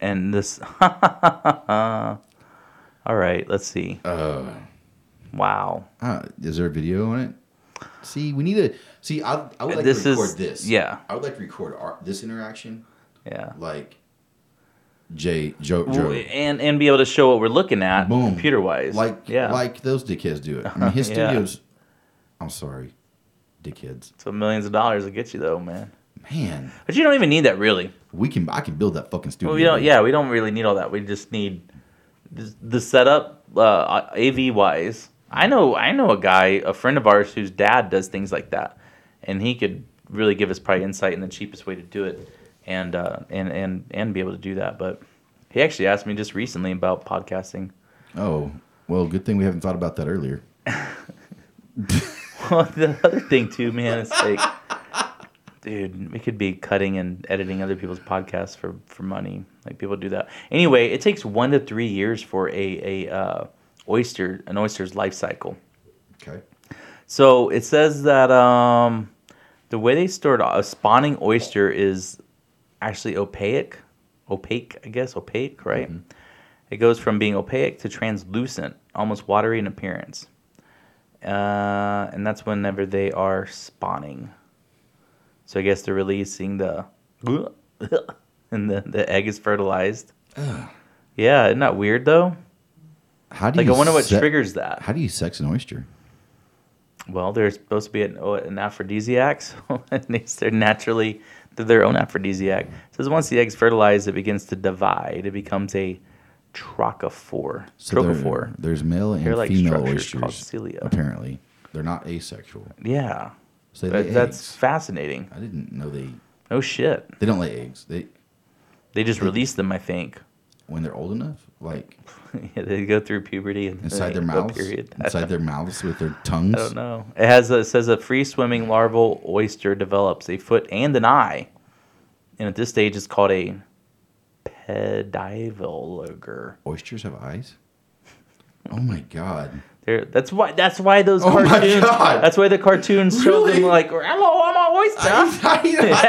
Speaker 2: and this. <laughs> All right, let's see.
Speaker 1: Uh,
Speaker 2: Wow.
Speaker 1: Uh, is there a video on it? See, we need to see. I, I would like
Speaker 2: This
Speaker 1: to record
Speaker 2: is-
Speaker 1: this.
Speaker 2: yeah.
Speaker 1: I would like to record our, this interaction,
Speaker 2: Yeah. like
Speaker 1: like Jay Joe Joe,
Speaker 2: And and be able to show what we're looking at
Speaker 1: Boom.
Speaker 2: computer wise.
Speaker 1: like
Speaker 2: yeah,
Speaker 1: like those dickheads do it. I mean, his
Speaker 2: <laughs> Yeah.
Speaker 1: studios. I'm sorry, dickheads.
Speaker 2: so millions of dollars will get you though, man.
Speaker 1: Man,
Speaker 2: But you don't even need that really.
Speaker 1: we can I can build that fucking studio.
Speaker 2: Well, we don't. Yeah, we don't really need all that. We just need th- the setup uh, AV wise. I know. I know a guy, a friend of ours, whose dad does things like that, and he could really give us probably insight in the cheapest way to do it, and uh, and and and be able to do that. But he actually asked me just recently about podcasting.
Speaker 1: Oh well, good thing we haven't thought about that earlier.
Speaker 2: <laughs> Well, the other thing too, man, it's like, dude, we could be cutting and editing other people's podcasts for for money. Like people do that. Anyway, it takes one to three years for a a uh, oyster an oyster's life cycle.
Speaker 1: Okay.
Speaker 2: So it says that um, the way they store it, a spawning oyster is actually opaque, opaque, I guess, opaque, right? It goes from being opaque to translucent, almost watery in appearance. Uh, and that's whenever they are spawning. So I guess they're releasing the, <laughs> and the, the egg is fertilized. Yeah, isn't that weird though?
Speaker 1: How do
Speaker 2: Like
Speaker 1: you
Speaker 2: I wonder what
Speaker 1: se-
Speaker 2: triggers that.
Speaker 1: How do you sex an oyster?
Speaker 2: Well, they're supposed to be an, oh, an aphrodisiac, <laughs> so at least they're naturally they're their own aphrodisiac. It says once the egg's fertilized, it begins to divide. It becomes a trochophore.
Speaker 1: there-
Speaker 2: trochophore.
Speaker 1: There's male and
Speaker 2: They're like
Speaker 1: female
Speaker 2: structures called
Speaker 1: oysters.
Speaker 2: cilia.
Speaker 1: Apparently, they're not asexual.
Speaker 2: Yeah,
Speaker 1: So they
Speaker 2: That-
Speaker 1: lay
Speaker 2: that's
Speaker 1: eggs.
Speaker 2: fascinating.
Speaker 1: I didn't know they
Speaker 2: No shit.
Speaker 1: they don't lay eggs. They
Speaker 2: They just release them, I think. <laughs>
Speaker 1: when they're old enough, like
Speaker 2: Yeah, they go through puberty and then
Speaker 1: inside
Speaker 2: they
Speaker 1: their
Speaker 2: go
Speaker 1: mouths,
Speaker 2: Period. <laughs> I
Speaker 1: inside their mouths with
Speaker 2: <laughs>
Speaker 1: their tongues.
Speaker 2: don't know. It has a, it says a free swimming larval oyster develops a foot and an eye, and at this stage, it's called a pedivaliger.
Speaker 1: Oysters have eyes. Oh my
Speaker 2: <laughs>
Speaker 1: god!
Speaker 2: They're, that's why. That's why those
Speaker 1: Oh my
Speaker 2: cartoons.
Speaker 1: God.
Speaker 2: That's why the cartoons show them
Speaker 1: Really?
Speaker 2: like, "Hello, I'm an oyster."
Speaker 1: I,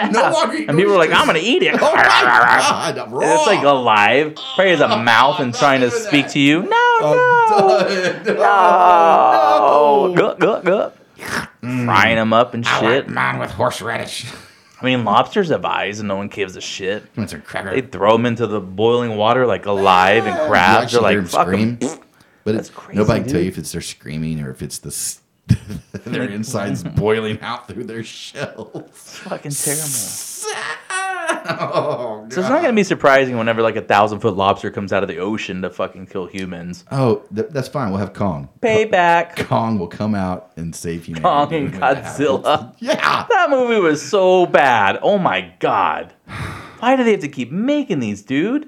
Speaker 1: <laughs> I
Speaker 2: <laughs>
Speaker 1: no longer eat
Speaker 2: and people are like,
Speaker 1: oysters.
Speaker 2: "I'm <laughs> gonna eat it."
Speaker 1: <laughs> Oh my god!
Speaker 2: <laughs> And it's like
Speaker 1: raw.
Speaker 2: alive. Probably has a mouth and
Speaker 1: I'm
Speaker 2: trying to
Speaker 1: not doing
Speaker 2: speak
Speaker 1: that.
Speaker 2: to you. <laughs> No, no,
Speaker 1: I'm done.
Speaker 2: no.
Speaker 1: Oh, no. Mm.
Speaker 2: Gup, gup, gup. Frying them up and shit.
Speaker 1: Mine Oh, with horseradish. <laughs>
Speaker 2: I mean, lobsters have eyes, and no one gives a shit.
Speaker 1: It's a cracker.
Speaker 2: They throw them into the boiling water like alive, and
Speaker 1: You
Speaker 2: crabs are
Speaker 1: actually hear
Speaker 2: like,
Speaker 1: them
Speaker 2: "Fuck 'em."
Speaker 1: scream,
Speaker 2: <laughs>
Speaker 1: But it's
Speaker 2: That's crazy,
Speaker 1: nobody can tell
Speaker 2: dude.
Speaker 1: you if it's their screaming or if it's the s- <laughs> their
Speaker 2: <laughs>
Speaker 1: insides boiling out through their shells. <laughs>
Speaker 2: Fucking terrible.
Speaker 1: oh,
Speaker 2: So it's not gonna be surprising whenever like a thousand foot lobster comes out of the ocean to fucking kill humans.
Speaker 1: Oh, th- that's fine. We'll have Kong.
Speaker 2: Payback.
Speaker 1: Kong will come out and save humanity.
Speaker 2: Kong and
Speaker 1: when that
Speaker 2: Godzilla.
Speaker 1: happens. Yeah.
Speaker 2: <laughs> That movie was so bad. Oh my god. Why do they have to keep making these, dude?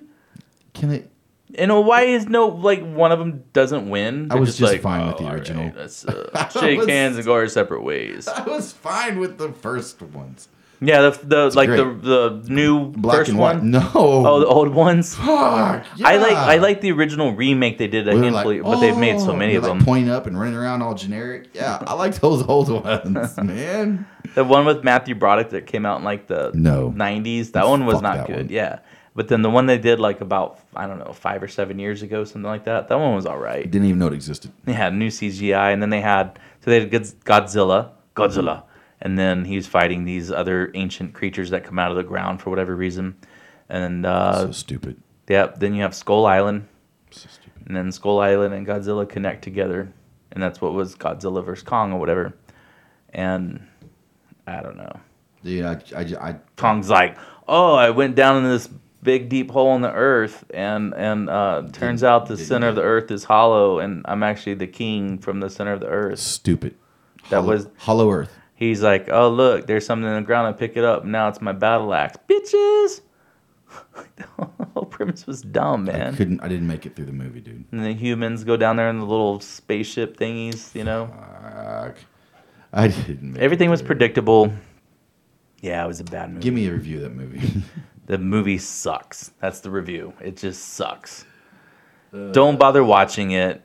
Speaker 1: Can it?
Speaker 2: And why is no like one of them doesn't win?
Speaker 1: I was just
Speaker 2: like, oh,
Speaker 1: fine with the
Speaker 2: all
Speaker 1: original.
Speaker 2: let's uh,
Speaker 1: <laughs> I
Speaker 2: shake
Speaker 1: was-
Speaker 2: hands and go our separate ways.
Speaker 1: I was fine with the first ones.
Speaker 2: Yeah, the the like
Speaker 1: great.
Speaker 2: the the new
Speaker 1: Black
Speaker 2: first
Speaker 1: and
Speaker 2: one.
Speaker 1: white. No.
Speaker 2: Oh, the old ones.
Speaker 1: Fuck.
Speaker 2: I like
Speaker 1: <gasps> yeah.
Speaker 2: I like the original remake they did a
Speaker 1: We were
Speaker 2: handful,
Speaker 1: like,
Speaker 2: but they've made so
Speaker 1: "Oh,"
Speaker 2: many
Speaker 1: they're
Speaker 2: of
Speaker 1: like
Speaker 2: them.
Speaker 1: Pointing up and running around all generic. Yeah, I like those old
Speaker 2: <laughs>
Speaker 1: ones, man.
Speaker 2: The one with Matthew Broderick that came out in like the
Speaker 1: No.
Speaker 2: 90s, that one was
Speaker 1: Fuck
Speaker 2: not
Speaker 1: that
Speaker 2: good.
Speaker 1: one.
Speaker 2: Yeah. But then the one they did like about, I don't know, five or seven years ago, something like that, that one was all right.
Speaker 1: Didn't even know it existed.
Speaker 2: They had new CGI, and then they had, so they had Godz- Godzilla, Godzilla, and then he's fighting these other ancient creatures that come out of the ground for whatever reason. And uh,
Speaker 1: so stupid.
Speaker 2: yeah, then you have Skull Island,
Speaker 1: So stupid.
Speaker 2: and then Skull Island and Godzilla connect together, and that's what was Godzilla versus Kong or whatever. And I don't know.
Speaker 1: Dude, I, I, I,
Speaker 2: Kong's like, oh, I went down in this big deep hole in the earth, and and uh, turns out the
Speaker 1: didn't
Speaker 2: center of
Speaker 1: get
Speaker 2: the earth is hollow, and I'm actually the king from the center of the earth.
Speaker 1: Stupid.
Speaker 2: That
Speaker 1: hollow,
Speaker 2: was-
Speaker 1: Hollow Earth.
Speaker 2: He's like, oh look, there's something in the ground. I pick it up. Now it's my battle axe, bitches. <laughs> the whole premise was dumb,
Speaker 1: I
Speaker 2: man.
Speaker 1: couldn't. I didn't make it through the movie, dude.
Speaker 2: And the humans go down there in the little spaceship thingies, you know.
Speaker 1: Fuck. I didn't. Make
Speaker 2: Everything
Speaker 1: it
Speaker 2: was
Speaker 1: through.
Speaker 2: predictable. Yeah, it was a bad movie.
Speaker 1: Give me a review of that
Speaker 2: <laughs>
Speaker 1: movie. <laughs>
Speaker 2: the movie sucks. That's the review. It just sucks. Don't bother watching it.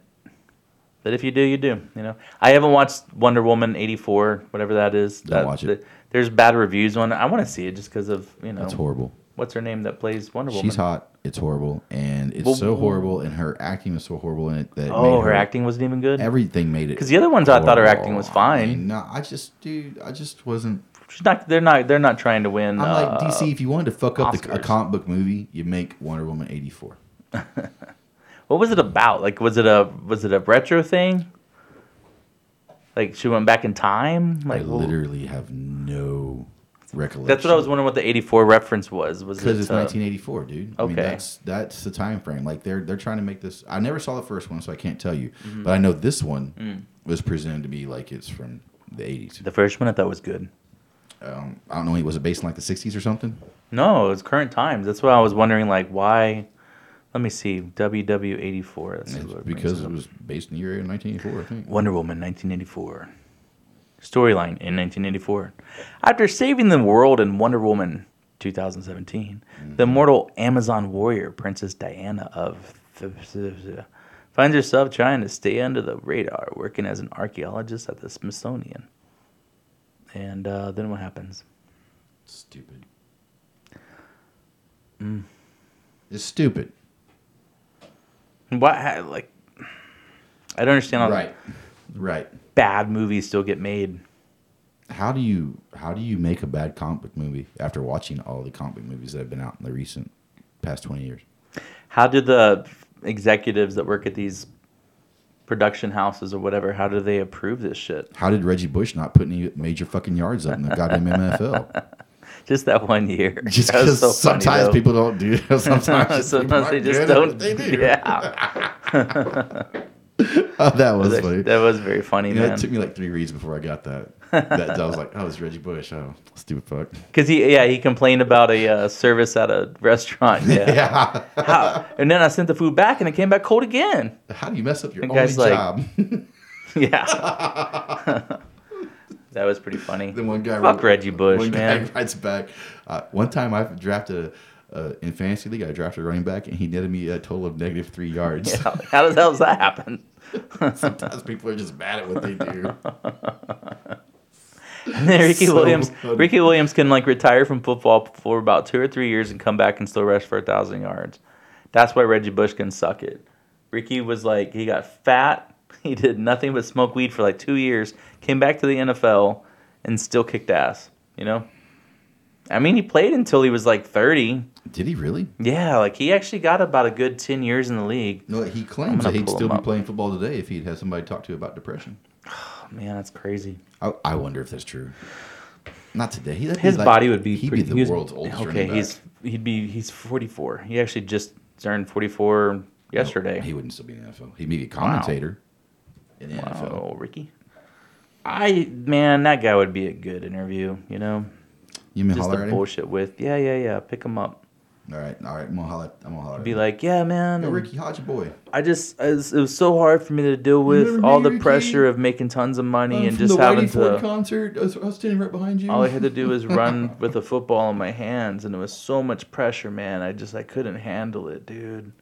Speaker 2: But if you do, you do. You know, I haven't watched Wonder Woman '84, whatever that is.
Speaker 1: Don't
Speaker 2: That-
Speaker 1: watch it.
Speaker 2: th- there's bad reviews on it. I want to see it just because of you know
Speaker 1: That's horrible.
Speaker 2: what's her name that plays Wonder Woman.
Speaker 1: She's hot. It's horrible, and it's
Speaker 2: Well-
Speaker 1: so horrible, and her acting was so horrible in it that
Speaker 2: Oh,
Speaker 1: made
Speaker 2: her, acting wasn't even good.
Speaker 1: Everything made it.
Speaker 2: 'Cause the other ones I thought her
Speaker 1: horrible.
Speaker 2: acting was
Speaker 1: I
Speaker 2: fine.
Speaker 1: mean, no, I just, dude, I just wasn't.
Speaker 2: She's not. They're not. They're not trying to win.
Speaker 1: I'm like
Speaker 2: uh,
Speaker 1: DC. If you wanted to fuck up the, a
Speaker 2: Oscars.
Speaker 1: comic book movie, you make Wonder Woman '84.
Speaker 2: What was it about? Like, was it a was it a retro thing? Like she went back in time.
Speaker 1: I
Speaker 2: Like wh-
Speaker 1: literally have no recollection.
Speaker 2: That's what I was wondering. What the '84 reference was? Was
Speaker 1: Because
Speaker 2: it,
Speaker 1: it's
Speaker 2: uh,
Speaker 1: 1984, dude. I mean,
Speaker 2: okay.
Speaker 1: that's that's the time frame. Like they're they're trying to make this. I never saw the first one, so I can't tell you.
Speaker 2: Mm-hmm.
Speaker 1: But I know this one
Speaker 2: Mm.
Speaker 1: was presumed to be like it's from the 80s.
Speaker 2: The first one I thought was good.
Speaker 1: Um, I don't know. Was it based in like the 60s or something?
Speaker 2: No, it's current times. That's what I was wondering. Like, why? Let me see. WW '84. That's
Speaker 1: It's
Speaker 2: what it brings
Speaker 1: because
Speaker 2: up.
Speaker 1: it was based in the year 1984, I think.
Speaker 2: Wonder Woman 1984. Storyline in 1984. After saving the world in Wonder Woman 2017,
Speaker 1: Mm-hmm.
Speaker 2: the immortal Amazon warrior Princess Diana of finds herself trying to stay under the radar, working as an archaeologist at the Smithsonian. And uh, then what happens?
Speaker 1: Stupid. Mm. It's stupid.
Speaker 2: What ha- like? I don't understand how
Speaker 1: Right. Right.
Speaker 2: bad movies still get made.
Speaker 1: How do you how do you make a bad comic book movie after watching all the comic book movies that have been out in the recent past 20 years?
Speaker 2: How do the executives that work at these production houses or whatever, how do they approve this shit?
Speaker 1: How did Reggie Bush not put any major fucking yards up in the goddamn
Speaker 2: <laughs>
Speaker 1: NFL?
Speaker 2: Just that one year.
Speaker 1: <laughs> Just
Speaker 2: <laughs> That was
Speaker 1: because
Speaker 2: so funny,
Speaker 1: sometimes
Speaker 2: though.
Speaker 1: people don't do it. Sometimes,
Speaker 2: <laughs> Sometimes they just don't. <laughs> yeah,
Speaker 1: <laughs> Oh, that was
Speaker 2: that,
Speaker 1: funny.
Speaker 2: that was very funny,
Speaker 1: You know,
Speaker 2: man.
Speaker 1: it took me like three reads before I got that. that I was like, oh, it's Reggie Bush. Oh, stupid fuck. <laughs>
Speaker 2: Because he, yeah, he complained about a uh, service at a restaurant. Yeah,
Speaker 1: <laughs> Yeah.
Speaker 2: How- and then I sent the food back, and it came back cold again. <laughs>
Speaker 1: How do you mess up your
Speaker 2: The
Speaker 1: only
Speaker 2: guy's like-
Speaker 1: job? <laughs>
Speaker 2: Yeah, <laughs> that was pretty funny.
Speaker 1: then one guy.
Speaker 2: Fuck Reggie Bush,
Speaker 1: one
Speaker 2: man.
Speaker 1: Guy <laughs> writes back. Uh, one time I drafted a, uh, in fantasy league. I drafted a running back, and he netted me a total of negative three yards.
Speaker 2: <laughs> Yeah, how, how the hell does that happen?
Speaker 1: <laughs> Sometimes people are just bad at what they
Speaker 2: <laughs>
Speaker 1: do.
Speaker 2: And then <laughs>
Speaker 1: <laughs>
Speaker 2: Ricky
Speaker 1: So
Speaker 2: Williams,
Speaker 1: funny.
Speaker 2: Ricky Williams can like retire from football for about two or three years and come back and still rush for a thousand yards. That's why Reggie Bush can suck it. Ricky was like he got fat. <laughs> He did nothing but smoke weed for like two years. Came back to the NFL and still kicked ass. You know, I mean, he played until he was like thirty.
Speaker 1: Did he really?
Speaker 2: Yeah, like he actually got about a good ten years in the league.
Speaker 1: No, he
Speaker 2: I'm
Speaker 1: claims
Speaker 2: gonna
Speaker 1: that he'd
Speaker 2: pull
Speaker 1: still
Speaker 2: him
Speaker 1: be
Speaker 2: up.
Speaker 1: playing football today if he'd had somebody to talk to about depression.
Speaker 2: Oh, man, that's crazy.
Speaker 1: I, I wonder if that's true. Not today. He-
Speaker 2: His
Speaker 1: he's like-
Speaker 2: body would be
Speaker 1: He'd
Speaker 2: pretty,
Speaker 1: be the
Speaker 2: he was-
Speaker 1: world's oldest.
Speaker 2: Okay, he's he'd be he's 44. He actually just turned 44 yesterday.
Speaker 1: he wouldn't still be in the NFL. He'd be a commentator in the NFL.
Speaker 2: oh, Ricky. I man, that guy would be a good interview. You know,
Speaker 1: You mean
Speaker 2: just
Speaker 1: holler
Speaker 2: the
Speaker 1: at him?
Speaker 2: bullshit with yeah, yeah, yeah. Pick him up.
Speaker 1: All right, all right. I'm gonna holler. I'm gonna holler.
Speaker 2: Be
Speaker 1: at him.
Speaker 2: like, yeah, man.
Speaker 1: Yo,
Speaker 2: and
Speaker 1: Ricky Hodge boy.
Speaker 2: I just I was- it was so hard for me to deal with
Speaker 1: remember
Speaker 2: all
Speaker 1: me,
Speaker 2: the
Speaker 1: Ricky?
Speaker 2: pressure of making tons of money
Speaker 1: I'm
Speaker 2: and
Speaker 1: Um, from
Speaker 2: just
Speaker 1: the
Speaker 2: having
Speaker 1: Whitey Ford
Speaker 2: to.
Speaker 1: concert. I was, I was standing right behind you.
Speaker 2: All I had to
Speaker 1: <laughs>
Speaker 2: do was run with a football in my hands, and it was so much pressure, man. I just I couldn't handle it, dude.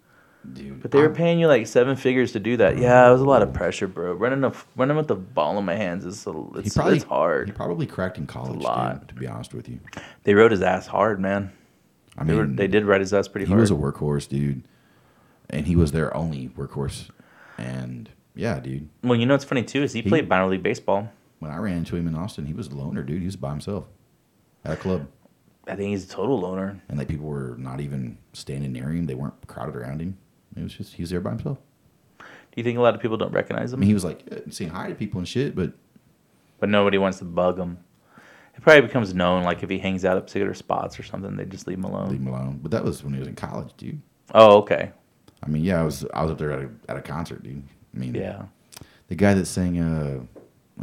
Speaker 1: Dude,
Speaker 2: But they were
Speaker 1: I'm-
Speaker 2: paying you like seven figures to do that. Yeah, it was a lot of pressure, bro. Running a running with the ball in my hands is a,
Speaker 1: he
Speaker 2: it's,
Speaker 1: probably-
Speaker 2: it's hard.
Speaker 1: He probably cracked in college,
Speaker 2: lot.
Speaker 1: dude. To be honest with you,
Speaker 2: They rode his ass hard, man.
Speaker 1: I
Speaker 2: They,
Speaker 1: mean,
Speaker 2: were, they did ride his ass pretty
Speaker 1: He
Speaker 2: hard.
Speaker 1: was a workhorse, dude, and he was their only workhorse. And yeah, dude,
Speaker 2: well, you know what's funny too is he,
Speaker 1: He-
Speaker 2: played minor league baseball.
Speaker 1: when I ran into him in Austin, he was a loner, dude. He was by himself at a club,
Speaker 2: I think he's a total loner.
Speaker 1: and like people were not even standing near him. They weren't crowded around him. It was just he was there by himself.
Speaker 2: Do you think a lot of people don't recognize
Speaker 1: I
Speaker 2: him?
Speaker 1: mean, he was like yeah, saying hi to people and shit, but
Speaker 2: but nobody wants to bug him. If probably becomes known. Like if he hangs out at particular spots or something, they just leave him alone.
Speaker 1: Leave him alone. But that was when he was in college, dude.
Speaker 2: Oh, okay.
Speaker 1: I mean, yeah, I was I was up there at a, at a concert, dude. I mean,
Speaker 2: Yeah.
Speaker 1: the guy that sang uh,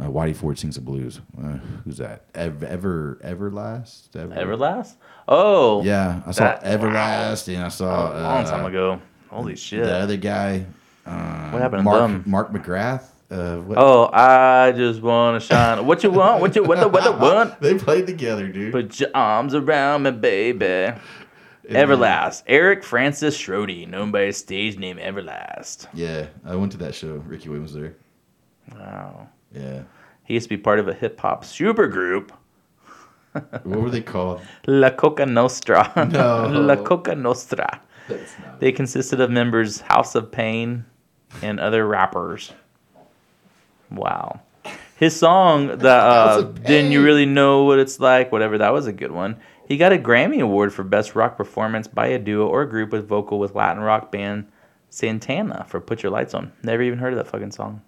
Speaker 1: uh Whitey Ford sings the blues. Uh, who's that? Ever ever everlast ever.
Speaker 2: Everlast. Oh,
Speaker 1: Yeah, I saw
Speaker 2: That-
Speaker 1: Everlast, and I
Speaker 2: A
Speaker 1: saw
Speaker 2: long
Speaker 1: uh,
Speaker 2: time ago. Holy shit.
Speaker 1: The other guy. Uh,
Speaker 2: What happened to
Speaker 1: Mark,
Speaker 2: them?
Speaker 1: Mark McGrath. Uh, what?
Speaker 2: Oh, I just wanna shine. What you want? What you what the
Speaker 1: <laughs>
Speaker 2: what the want?
Speaker 1: They played together, dude.
Speaker 2: Put your arms around me, baby.
Speaker 1: And then-
Speaker 2: Everlast. Eric Francis Schrody, known by his stage name Everlast.
Speaker 1: Yeah, I went to that show. Ricky Williams was there.
Speaker 2: Wow.
Speaker 1: Yeah.
Speaker 2: He used to be part of a hip hop supergroup,
Speaker 1: What were they
Speaker 2: <laughs>
Speaker 1: called?
Speaker 2: La Coca Nostra.
Speaker 1: No.
Speaker 2: <laughs> La Coca Nostra.
Speaker 1: That's not.
Speaker 2: They consisted of members House of Pain and other rappers. Wow. His song,
Speaker 1: <laughs>
Speaker 2: the
Speaker 1: House
Speaker 2: uh,
Speaker 1: of
Speaker 2: Didn't You
Speaker 1: Pain.
Speaker 2: Really Know What It's Like, whatever, that was a good one. He got a Grammy Award for Best Rock Performance by a duo or group with vocal with Latin rock band Santana for Put Your Lights On. Never even heard of that fucking song.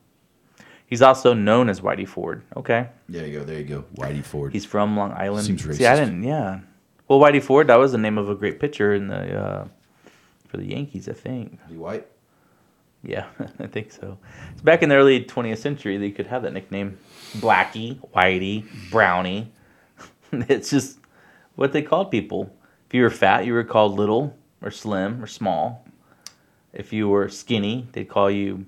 Speaker 2: He's also known as Whitey Ford. Okay.
Speaker 1: There you go. There you go. Whitey Ford.
Speaker 2: He's from Long Island.
Speaker 1: Seems
Speaker 2: See, I
Speaker 1: racist.
Speaker 2: didn't. Yeah. Well, Whitey Ford. That was the name of a great pitcher in the uh, for the Yankees, I think.
Speaker 1: He white.
Speaker 2: Yeah, <laughs> I think so. It's back in the early 20th century that you could have that nickname, Blackie, Whitey, Brownie. <laughs> it's just what they called people. If you were fat, you were called little or slim or small. If you were skinny, they'd call you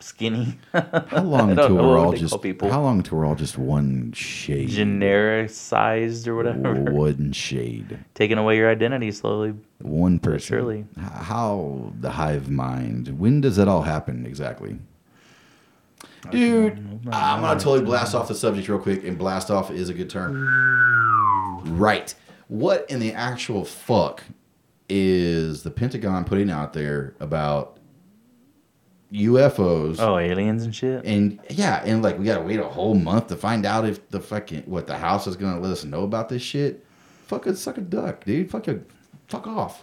Speaker 2: skinny. <laughs>
Speaker 1: How long
Speaker 2: I don't
Speaker 1: until
Speaker 2: know
Speaker 1: we're
Speaker 2: what
Speaker 1: all
Speaker 2: they
Speaker 1: just
Speaker 2: call people.
Speaker 1: how long until we're all just one shade,
Speaker 2: Genericized or whatever.
Speaker 1: one shade,
Speaker 2: <laughs> Taking away your identity slowly.
Speaker 1: one person.
Speaker 2: surely.
Speaker 1: H- How the hive mind? When does that all happen exactly? Dude, I'm gonna totally blast off the subject real quick, and blast off is a good term. Right. What in the actual fuck is the Pentagon putting out there about UFOs?
Speaker 2: Oh, aliens and shit.
Speaker 1: And yeah, and like we gotta wait a whole month to find out if the fucking what the house is gonna let us know about this shit. Fucking suck a duck, dude. Fuck your, fuck off.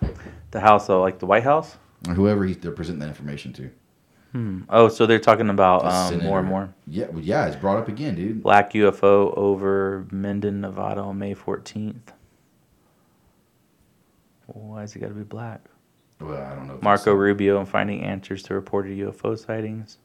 Speaker 2: The house, though, like the White House.
Speaker 1: Or whoever he, they're presenting that information to. Hmm.
Speaker 2: Oh, so they're talking about
Speaker 1: The
Speaker 2: um, more
Speaker 1: senator.
Speaker 2: and more.
Speaker 1: Yeah, well, yeah, it's brought up again, dude.
Speaker 2: Black UFO over Mendon, Nevada on May 14th. Why has it got to be black?
Speaker 1: Well, I don't know. if
Speaker 2: Marco Rubio and finding answers to reported UFO sightings.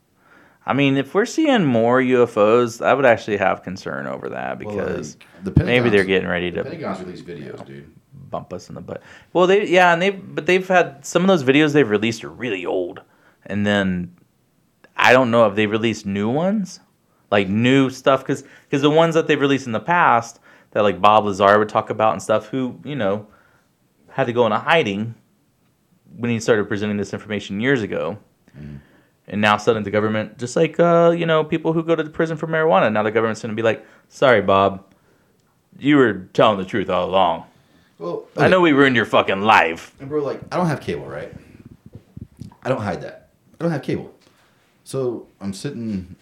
Speaker 2: I mean, if we're seeing more UFOs, I would actually have concern over that
Speaker 1: it's- well,
Speaker 2: because
Speaker 1: like, the
Speaker 2: maybe they're
Speaker 1: Pentagon's-
Speaker 2: getting ready
Speaker 1: the
Speaker 2: to
Speaker 1: Pentagon's released videos, dude.
Speaker 2: bump us in the butt. Well, they yeah, and they but they've had some of those videos they've released are really old, and then I don't know if they released new ones, like new stuff, because the ones that they've released in the past that like Bob Lazar would talk about and stuff, who you know had to go into hiding when he started presenting this information years ago. And now suddenly the government, just like uh, you know, people who go to prison for marijuana, now the government's going to be like, "Sorry, Bob, you were telling the truth all along."
Speaker 1: Well,
Speaker 2: I know we ruined your fucking life.
Speaker 1: And bro, like, I don't have cable, right? I don't hide that. I don't have cable. So I'm sitting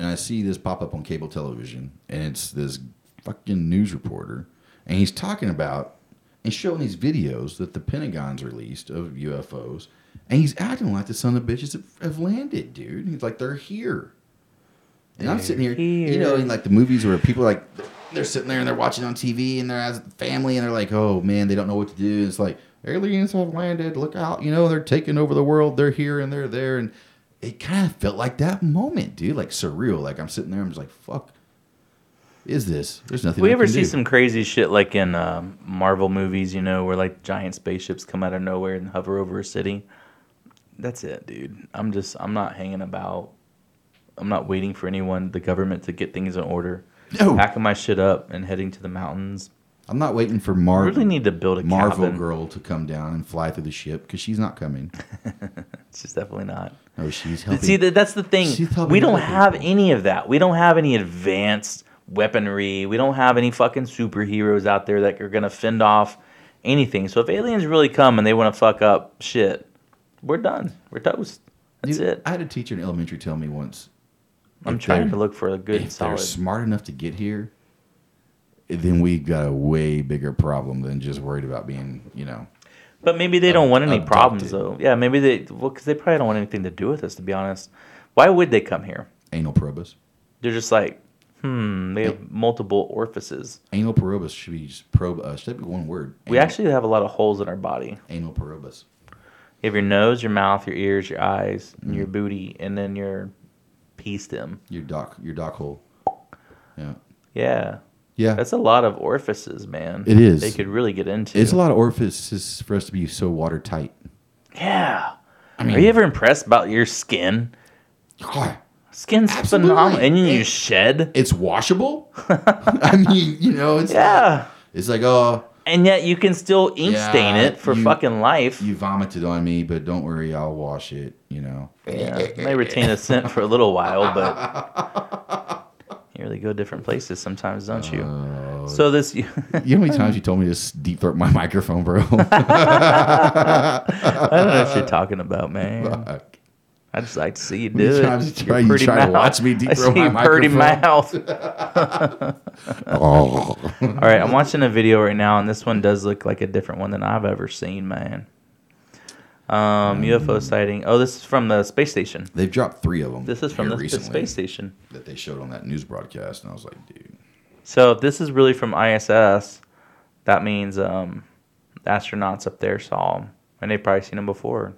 Speaker 1: and I see this pop up on cable television, and it's this fucking news reporter, and he's talking about and showing these videos that the Pentagon's released of UFOs, and he's acting like the son of bitches have, have landed, dude. He's like, they're here. And I'm sitting here, you know,
Speaker 2: here.
Speaker 1: in like the movies where people are like, they're sitting there and they're watching on TV and they're as a family and they're like, oh man, they don't know what to do. It's like, aliens have landed, look out, you know, they're taking over the world, they're here and they're there. And it kind of felt like that moment, dude, like surreal. Like I'm sitting there, I'm just like, fuck, is this? There's nothing
Speaker 2: We
Speaker 1: I
Speaker 2: ever
Speaker 1: can
Speaker 2: see
Speaker 1: do.
Speaker 2: some crazy shit like in um Marvel movies, you know, where like giant spaceships come out of nowhere and hover over a city? That's it, dude. I'm just, I'm not hanging about. I'm not waiting for anyone, the government, to get things in order.
Speaker 1: No.
Speaker 2: Packing my shit up and heading to the mountains.
Speaker 1: I'm not waiting for
Speaker 2: I
Speaker 1: Marvel.
Speaker 2: really need to build a
Speaker 1: Marvel
Speaker 2: cabin.
Speaker 1: girl to come down and fly through the ship because she's not coming.
Speaker 2: She's definitely not.
Speaker 1: No, she's helping.
Speaker 2: <laughs> See, that, that's the thing.
Speaker 1: She's helping
Speaker 2: We don't
Speaker 1: other
Speaker 2: have
Speaker 1: people.
Speaker 2: any of that. We don't have any advanced weaponry. We don't have any fucking superheroes out there that are going to fend off anything. So if aliens really come and they want to fuck up shit, we're done. We're toast. That's
Speaker 1: Dude,
Speaker 2: it.
Speaker 1: I had a teacher in elementary tell me once.
Speaker 2: I'm
Speaker 1: if
Speaker 2: trying
Speaker 1: they're-
Speaker 2: to look for a good
Speaker 1: if they're
Speaker 2: solid.
Speaker 1: smart enough to get here, then we got a way bigger problem than just worried about being, you know.
Speaker 2: But maybe they don't want any
Speaker 1: abducted.
Speaker 2: problems, though. Yeah, maybe they, well, because they probably don't want anything to do with us, to be honest. Why would they come here?
Speaker 1: Anal probus.
Speaker 2: They're just like, Hmm. They have multiple orifices.
Speaker 1: Anal probus should be just probe. Uh, should be one word.
Speaker 2: We
Speaker 1: Anal-
Speaker 2: actually have a lot of holes in our body.
Speaker 1: anal probus.
Speaker 2: You have your nose, your mouth, your ears, your eyes, and
Speaker 1: Mm.
Speaker 2: your booty, and then your pee stem.
Speaker 1: Your dock. Your dock hole. Yeah.
Speaker 2: Yeah.
Speaker 1: Yeah.
Speaker 2: That's a lot of orifices, man.
Speaker 1: It is.
Speaker 2: They could really get into.
Speaker 1: it's a lot of orifices for us to be so watertight. <laughs>
Speaker 2: Yeah. Are you ever impressed about your skin? Skin's
Speaker 1: Absolutely.
Speaker 2: phenomenal. And you
Speaker 1: It-
Speaker 2: shed.
Speaker 1: It's washable. <laughs> I mean, you know, it's
Speaker 2: Yeah.
Speaker 1: It's like, oh,
Speaker 2: And yet you can still ink
Speaker 1: Yeah,
Speaker 2: stain it for
Speaker 1: you-
Speaker 2: fucking life.
Speaker 1: you vomited on me, but don't worry, I'll wash it. You know.
Speaker 2: yeah. It may retain a scent for a little while, but
Speaker 1: <laughs>
Speaker 2: you really go different places sometimes, don't you?
Speaker 1: Oh,
Speaker 2: so this <laughs> I
Speaker 1: Uh, You know how many times you told me to s- deep throat my <laughs> microphone, bro?
Speaker 2: don't know what you're talking about,
Speaker 1: <laughs>
Speaker 2: man.
Speaker 1: Fuck.
Speaker 2: I just like to see you do
Speaker 1: many
Speaker 2: it.
Speaker 1: times you try-
Speaker 2: Your
Speaker 1: you
Speaker 2: pretty
Speaker 1: try to watch
Speaker 2: <laughs>
Speaker 1: me
Speaker 2: I
Speaker 1: deep throat
Speaker 2: see your
Speaker 1: my
Speaker 2: pretty
Speaker 1: microphone. <laughs>
Speaker 2: mouth.
Speaker 1: oh.
Speaker 2: All right, I'm watching a video right now, and this one does look like a different one than I've ever seen, man. Um, UFO sighting. Oh, this is from the space station.
Speaker 1: They've dropped three of them.
Speaker 2: This is from
Speaker 1: here
Speaker 2: the sp- space station.
Speaker 1: that they showed on that news broadcast, and I was like, dude,
Speaker 2: So if this is really from ISS, that means um, the astronauts up there saw them, and they've probably seen them before.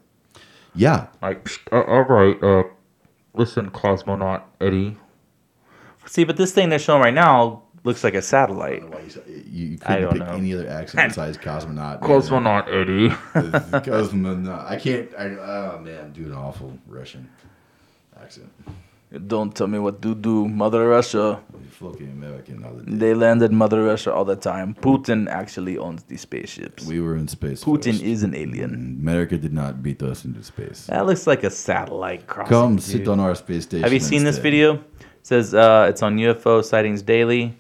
Speaker 1: yeah,
Speaker 2: Like,
Speaker 3: Uh, all right. Uh, listen, cosmonaut Eddie.
Speaker 2: see, but this thing they're showing right now looks like a satellite.
Speaker 1: you, you
Speaker 2: I
Speaker 1: couldn't
Speaker 2: don't
Speaker 1: pick
Speaker 2: know.
Speaker 1: any other
Speaker 2: <laughs>
Speaker 1: accent besides cosmonaut.
Speaker 3: Cosmonaut Eddie.
Speaker 1: <laughs> cosmonaut. I can't. I, oh man, I'm doing an awful Russian accent.
Speaker 2: Don't tell me what to do, Mother Russia.
Speaker 1: Fucking American. the other day.
Speaker 2: They landed Mother Russia all the time. Putin actually owns these spaceships.
Speaker 1: We were in space.
Speaker 2: Putin
Speaker 1: first.
Speaker 2: is an alien.
Speaker 1: America did not beat us into space.
Speaker 2: That looks like a satellite crossing.
Speaker 1: Come
Speaker 2: dude.
Speaker 1: sit on our space station.
Speaker 2: Have you seen this
Speaker 1: instead.
Speaker 2: video? It says uh, it's on UFO sightings daily.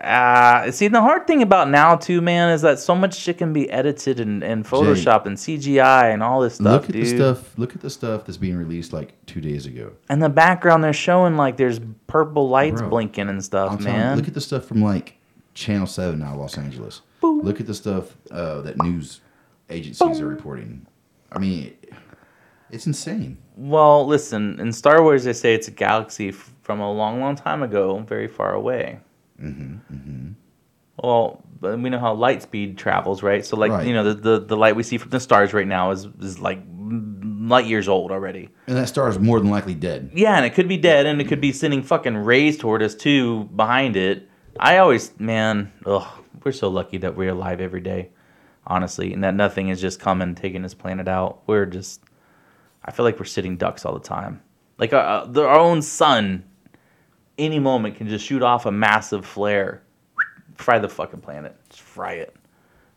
Speaker 2: Uh, see, the hard thing about now too, man, is that so much shit can be edited and, and Photoshop and CGI and all this stuff,
Speaker 1: Look at
Speaker 2: dude.
Speaker 1: the stuff. Look at the stuff that's being released like two days ago.
Speaker 2: And the background they're showing like there's purple lights
Speaker 1: Bro,
Speaker 2: blinking and stuff,
Speaker 1: I'm telling you,
Speaker 2: Oh, man.
Speaker 1: look at the stuff from like Channel Seven now, Los Angeles. Look at the stuff uh, that news agencies are reporting. I mean, it's insane.
Speaker 2: Well, listen, in Star Wars, they say it's a galaxy f- from a long, long time ago, very far away. Mm-hmm, mm-hmm. Well, but we know how light speed travels, right? So, like,
Speaker 1: Right.
Speaker 2: you know, the, the, the light we see from the stars right now is, is like m- light years old already.
Speaker 1: And that star is more than likely dead.
Speaker 2: Yeah, and it could be dead, and it could be sending fucking rays toward us, too, behind it. I always, man, ugh, we're so lucky that we're alive every day, honestly, and that nothing is just coming, taking this planet out. We're just, I feel like we're sitting ducks all the time. Like our, uh, the- our own sun, any moment can just shoot off a massive flare, fry the fucking planet, just fry it.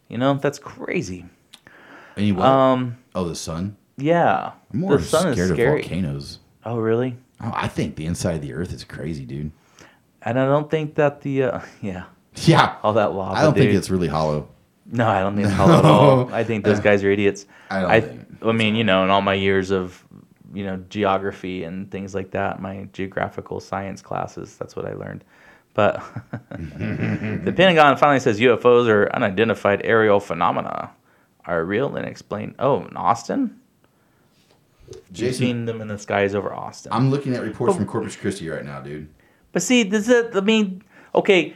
Speaker 2: You know, that's crazy.
Speaker 1: Anyway,
Speaker 2: Um,
Speaker 1: oh, the sun.
Speaker 2: yeah.
Speaker 1: I'm more
Speaker 2: the sun
Speaker 1: scared
Speaker 2: is
Speaker 1: of
Speaker 2: scary.
Speaker 1: volcanoes.
Speaker 2: Oh, really?
Speaker 1: Oh, I think the inside of the Earth is crazy, dude. <laughs>
Speaker 2: And I don't think that the, uh, <laughs> yeah.
Speaker 1: Yeah,
Speaker 2: all that lava.
Speaker 1: I don't think
Speaker 2: dude.
Speaker 1: it's really hollow.
Speaker 2: No, I
Speaker 1: <laughs>
Speaker 2: don't think it's hollow at all. I think those guys are idiots.
Speaker 1: I don't
Speaker 2: I,
Speaker 1: think
Speaker 2: I mean, you know, in all my years of, you know, geography and things like that, my geographical science classes, that's what I learned. But <laughs> the Pentagon finally says UFOs or unidentified aerial phenomena are real and explained. Oh, in Austin? You've
Speaker 1: Jason,
Speaker 2: seen them in the skies over Austin.
Speaker 1: I'm looking at reports from Corpus Christi right now, dude.
Speaker 2: But see, this is, I mean, okay,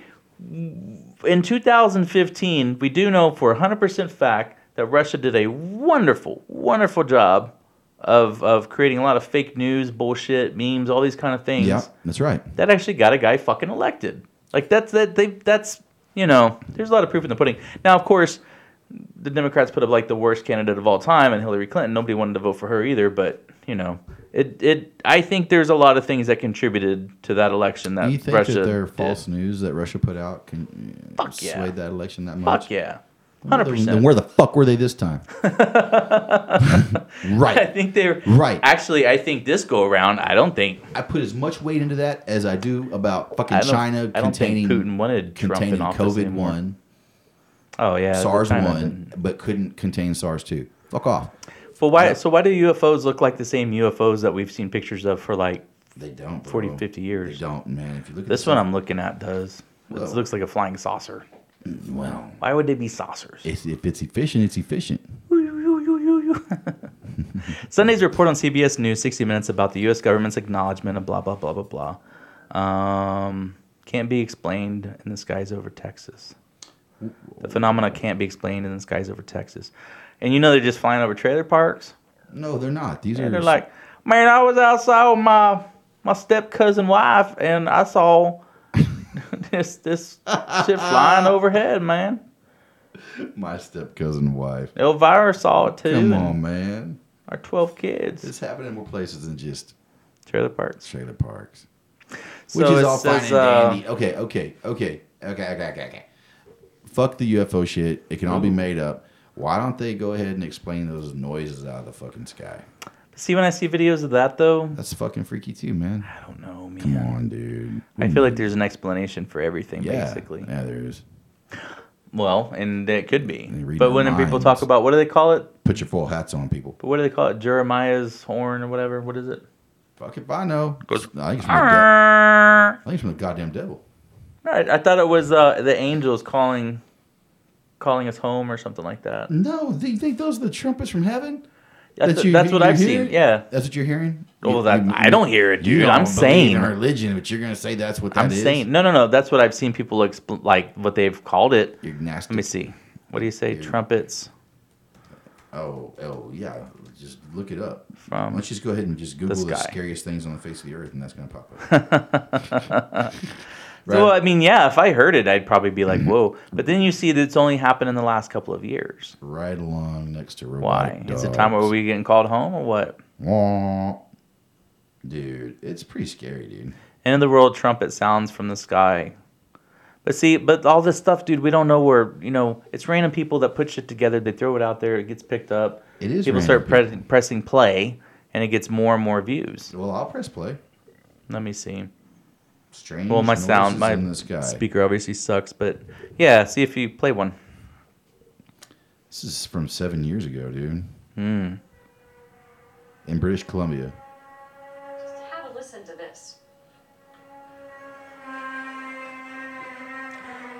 Speaker 2: in 2015, we do know for 100% fact that Russia did a wonderful, wonderful job of, of creating a lot of fake news, bullshit, memes, all these kind of things
Speaker 1: Yeah, that's right.
Speaker 2: that actually got a guy fucking elected. Like that's that they that's you know there's a lot of proof in the pudding. Now of course the Democrats put up like the worst candidate of all time and Hillary Clinton. Nobody wanted to vote for her either, but you know it it I think there's a lot of things that contributed to that election that
Speaker 1: Do you think
Speaker 2: Russia
Speaker 1: that their
Speaker 2: did.
Speaker 1: false news that Russia put out can uh,
Speaker 2: Fuck yeah.
Speaker 1: sway that election that much?
Speaker 2: Fuck yeah,
Speaker 1: Well, then-
Speaker 2: hundred
Speaker 1: Then
Speaker 2: percent.
Speaker 1: where the fuck were they this time?
Speaker 2: <laughs> I
Speaker 1: right.
Speaker 2: think they're
Speaker 1: Right.
Speaker 2: Actually, I think this go around, I don't think
Speaker 1: I put as much weight into that as I do about fucking
Speaker 2: I don't,
Speaker 1: China
Speaker 2: I don't think
Speaker 1: containing
Speaker 2: Putin wanted Trump
Speaker 1: containing
Speaker 2: in office
Speaker 1: COVID
Speaker 2: anymore.
Speaker 1: one,
Speaker 2: Oh yeah,
Speaker 1: SARS
Speaker 2: China
Speaker 1: one, but couldn't contain SARS two. Fuck off.
Speaker 2: But why? So why do UFOs look like the same UFOs that we've seen pictures of for like
Speaker 1: They don't. Bro.
Speaker 2: 40, 50 years?
Speaker 1: They don't, man. If you look at
Speaker 2: This
Speaker 1: the-
Speaker 2: one I'm looking at does.
Speaker 1: Whoa.
Speaker 2: It looks like a flying saucer.
Speaker 1: well,
Speaker 2: Why would they be saucers? <laughs>
Speaker 1: it's, if it's efficient, it's efficient.
Speaker 2: Sunday's report on CBS News 60 Minutes about the U.S. government's acknowledgement of blah blah blah blah blah. Um, can't be explained in the skies over Texas. The phenomena can't be explained in the skies over Texas. And you know they're just flying over trailer parks.
Speaker 1: No, they're not. These are
Speaker 2: And they're like, man, I was outside with my my step cousin wife, and I saw <laughs> this this shit flying overhead, man.
Speaker 1: my step cousin wife.
Speaker 2: Elvira saw it too.
Speaker 1: Come
Speaker 2: and
Speaker 1: on, man.
Speaker 2: Our twelve kids.
Speaker 1: It's happening more places than just
Speaker 2: Trailer parks.
Speaker 1: trailer parks,
Speaker 2: So
Speaker 1: which is
Speaker 2: it
Speaker 1: all fine
Speaker 2: says,
Speaker 1: and
Speaker 2: uh,
Speaker 1: dandy. Okay, okay, okay, okay, okay, okay, okay. Fuck the UFO shit. It can all be made up. Why don't they go ahead and explain those noises out of the fucking sky?
Speaker 2: See when I see videos of that though,
Speaker 1: That's fucking freaky too,
Speaker 2: <sighs>
Speaker 1: man.
Speaker 2: I don't know, man.
Speaker 1: Come on, dude. Mm.
Speaker 2: I feel like there's an explanation for everything,
Speaker 1: yeah,
Speaker 2: basically.
Speaker 1: yeah, there is.
Speaker 2: Well, and it could be.
Speaker 1: They read
Speaker 2: But
Speaker 1: our
Speaker 2: when people
Speaker 1: minds.
Speaker 2: talk about what do they call it?
Speaker 1: Put your full hats on, people.
Speaker 2: But what do they call it? Jeremiah's horn or whatever. What is it?
Speaker 1: Fuck if I know. I
Speaker 3: Goes-
Speaker 1: think, it's from the de-
Speaker 2: Right.
Speaker 1: I think it's from the goddamn devil.
Speaker 2: I thought it was uh, the angels calling, calling us home or something like that.
Speaker 1: No, do you think those are the trumpets from heaven?
Speaker 2: That's,
Speaker 1: you-
Speaker 2: that's what
Speaker 1: you
Speaker 2: I've
Speaker 1: hear?
Speaker 2: seen. Yeah.
Speaker 1: That's what you're hearing.
Speaker 2: Well,
Speaker 1: You-
Speaker 2: Oh, that
Speaker 1: you-
Speaker 2: I don't hear it,
Speaker 1: you
Speaker 2: dude.
Speaker 1: don't
Speaker 2: I'm
Speaker 1: believe
Speaker 2: saying.
Speaker 1: in religion, but you're gonna say that's what that
Speaker 2: I'm
Speaker 1: is?
Speaker 2: saying. No, no, no. That's what I've seen people expl- like what they've called it.
Speaker 1: You're nasty.
Speaker 2: Let me see. What do you say?
Speaker 1: Dude.
Speaker 2: Trumpets
Speaker 1: Oh, oh, yeah. Just look it up. Why
Speaker 2: from
Speaker 1: don't you just go ahead and just Google the,
Speaker 2: sky.
Speaker 1: scariest things on the face of the earth, and that's gonna pop up.
Speaker 2: <laughs>
Speaker 1: right. Mm-hmm.
Speaker 2: Well, I mean, yeah, if I heard it, I'd probably be like, whoa. But then you see that it's only happened in the last couple of years.
Speaker 1: right along next to
Speaker 2: Why?
Speaker 1: robotic
Speaker 2: Is it time where
Speaker 1: dogs.
Speaker 2: we getting called home or what?
Speaker 1: Wah. Dude, it's pretty scary, dude.
Speaker 2: End of the world trumpet sounds from the sky. But see, but all this stuff, dude, we don't know where, you know, it's random people that put shit together. They throw it out there, it gets picked up.
Speaker 1: It is.
Speaker 2: people
Speaker 1: random,
Speaker 2: start pre- pressing play, and it gets more and more views.
Speaker 1: Well, I'll press play.
Speaker 2: Let me see.
Speaker 1: Strange.
Speaker 2: Well, my
Speaker 1: noises
Speaker 2: sound, my
Speaker 1: in the sky.
Speaker 2: speaker obviously sucks, but yeah, see if you play one.
Speaker 1: This is from seven years ago, dude.
Speaker 2: Hmm.
Speaker 1: In British Columbia.
Speaker 4: Just have a listen to this.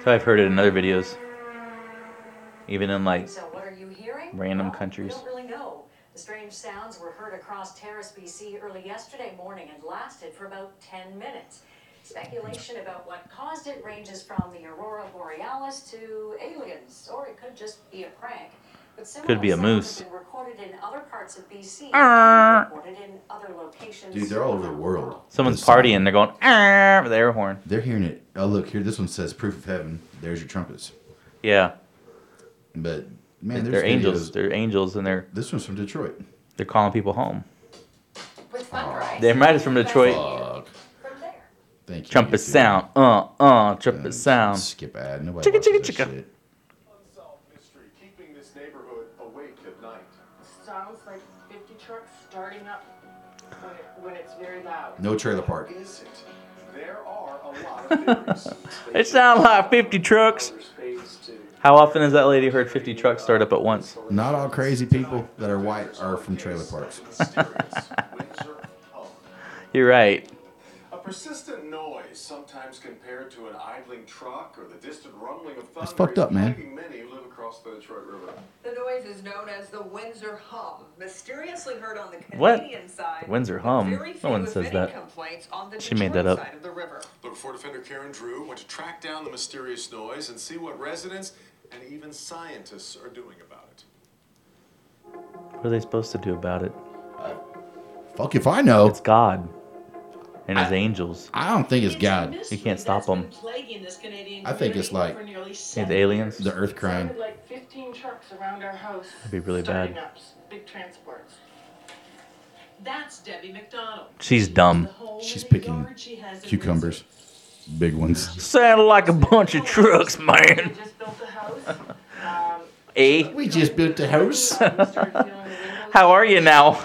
Speaker 2: So I've heard it in other videos, even in like
Speaker 4: So what are you hearing?
Speaker 2: Random
Speaker 4: Well, we
Speaker 2: countries.
Speaker 4: don't really know. The strange sounds were heard across Terrace, BC early yesterday morning and lasted for about 10 minutes. Speculation about what caused it ranges from the aurora borealis to aliens, or it could just be a prank. But similar
Speaker 2: Could be a
Speaker 4: sounds have
Speaker 2: moose.
Speaker 4: been Recorded in other parts of BC.
Speaker 2: Arr.
Speaker 4: and Recorded in other locations.
Speaker 1: Dude, they're all over the world.
Speaker 2: someone's
Speaker 1: The sound.
Speaker 2: partying, they're going "Arr," with the air horn.
Speaker 1: They're hearing it. Oh, look here. This one says "Proof of Heaven." There's your trumpets.
Speaker 2: Yeah,
Speaker 1: But man, there's
Speaker 2: they're angels.
Speaker 1: videos.
Speaker 2: They're angels, and they're
Speaker 1: This one's from Detroit.
Speaker 2: they're calling people home.
Speaker 4: With Funrise.
Speaker 2: They might have from Detroit.
Speaker 1: Fuck.
Speaker 4: From there.
Speaker 1: Thank you.
Speaker 2: Trumpet
Speaker 1: YouTube.
Speaker 2: sound, uh, uh, trumpet
Speaker 1: Uh,
Speaker 2: sound.
Speaker 1: Skip ad. Nobody
Speaker 2: Chicka,
Speaker 1: watches
Speaker 2: chicka,
Speaker 1: that
Speaker 2: chicka.
Speaker 1: shit.
Speaker 5: unsolved mystery keeping this neighborhood awake at night.
Speaker 6: sounds like 50 trucks starting up when, it, when it's very loud.
Speaker 1: No trailer park.
Speaker 5: Is it? There are a lot
Speaker 1: <laughs>
Speaker 5: of theories.
Speaker 2: It sounds like 50 trucks. How often has that lady heard 50 trucks start up at once?
Speaker 1: Not all crazy people that are white <laughs> are from trailer parks.
Speaker 2: You're right.
Speaker 5: A persistent noise, sometimes compared to an idling truck or the distant rumbling of thunder,
Speaker 1: That's fucked
Speaker 5: is
Speaker 1: up, man.
Speaker 5: plaguing Many who live across the Detroit River.
Speaker 7: The noise is known as the Windsor hum, mysteriously heard on the
Speaker 2: What?
Speaker 7: Canadian side.
Speaker 2: The Windsor
Speaker 7: with
Speaker 2: hum?
Speaker 7: very
Speaker 2: No
Speaker 7: few,
Speaker 2: one
Speaker 7: if
Speaker 2: says
Speaker 7: any,
Speaker 2: that.
Speaker 7: complaints on the
Speaker 2: She made
Speaker 7: Detroit
Speaker 2: that up.
Speaker 7: Side of the river.
Speaker 5: But before defender Karen Drew went to track down the mysterious noise and see what residents and even scientists are doing about it.
Speaker 2: What are they supposed to do about it?
Speaker 1: Fuck if I know.
Speaker 2: It's God and His angels.
Speaker 1: I don't think it's God.
Speaker 2: You can't stop them.
Speaker 1: I think it's like
Speaker 2: It's aliens.
Speaker 1: The Earth crying.
Speaker 6: Sounded like 15 trucks around our house. That'd
Speaker 2: be really bad.
Speaker 6: Big transports.
Speaker 7: That's Debbie McDonald.
Speaker 2: She's dumb.
Speaker 1: She's picking cucumbers, big ones.
Speaker 2: Sounded like a bunch of trucks,
Speaker 6: We
Speaker 2: man.
Speaker 6: just built a
Speaker 2: <laughs>
Speaker 6: house. Um,
Speaker 2: Eh?
Speaker 1: We just built a <laughs> house.
Speaker 2: <laughs> How are you now?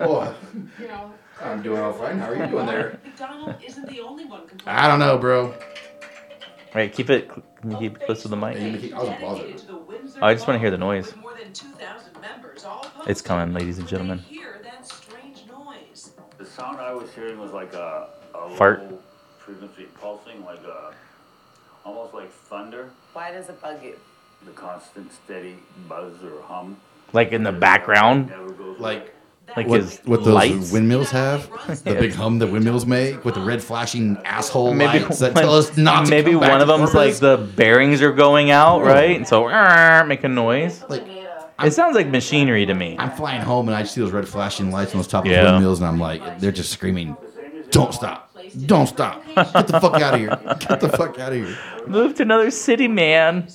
Speaker 1: Oh,
Speaker 6: You know,
Speaker 1: I'm doing all fine. How are you doing there?
Speaker 7: McDonald isn't the only one complaining.
Speaker 1: I don't know, bro.
Speaker 2: Right, keep it. Can you keep it close to the mic?
Speaker 1: Hey, you- I was bothered.
Speaker 2: Oh, I just wanna hear the noise.
Speaker 7: With more than 2,000 members, all
Speaker 2: It's
Speaker 7: posted.
Speaker 2: coming, ladies and
Speaker 7: When they
Speaker 2: gentlemen.
Speaker 7: hear that strange noise.
Speaker 8: The sound I was hearing was like a, a
Speaker 2: Fart.
Speaker 8: low frequency pulsing, like a almost like thunder,
Speaker 9: Why does it bug you?
Speaker 8: the constant steady buzz or hum.
Speaker 2: Like in the background.
Speaker 8: Never goes
Speaker 1: Like
Speaker 2: Like
Speaker 1: What,
Speaker 2: his
Speaker 1: what those
Speaker 2: lights.
Speaker 1: windmills have? <laughs> The
Speaker 2: Yeah.
Speaker 1: big hum the windmills make with the red flashing asshole
Speaker 2: Maybe
Speaker 1: lights that
Speaker 2: one-
Speaker 1: tell us not to
Speaker 2: maybe
Speaker 1: come back
Speaker 2: one of
Speaker 1: to
Speaker 2: them's
Speaker 1: Corpus.
Speaker 2: like the bearings are going out, right? And so "Arr," make a noise.
Speaker 1: Like,
Speaker 2: it sounds like machinery to me.
Speaker 1: I'm flying home and I see those red flashing lights on those top of
Speaker 2: Yeah.
Speaker 1: the windmills and I'm like, they're just screaming, "Don't stop! Don't stop! Get the fuck out of here! Get the fuck out of here!"
Speaker 2: Move to another city, man.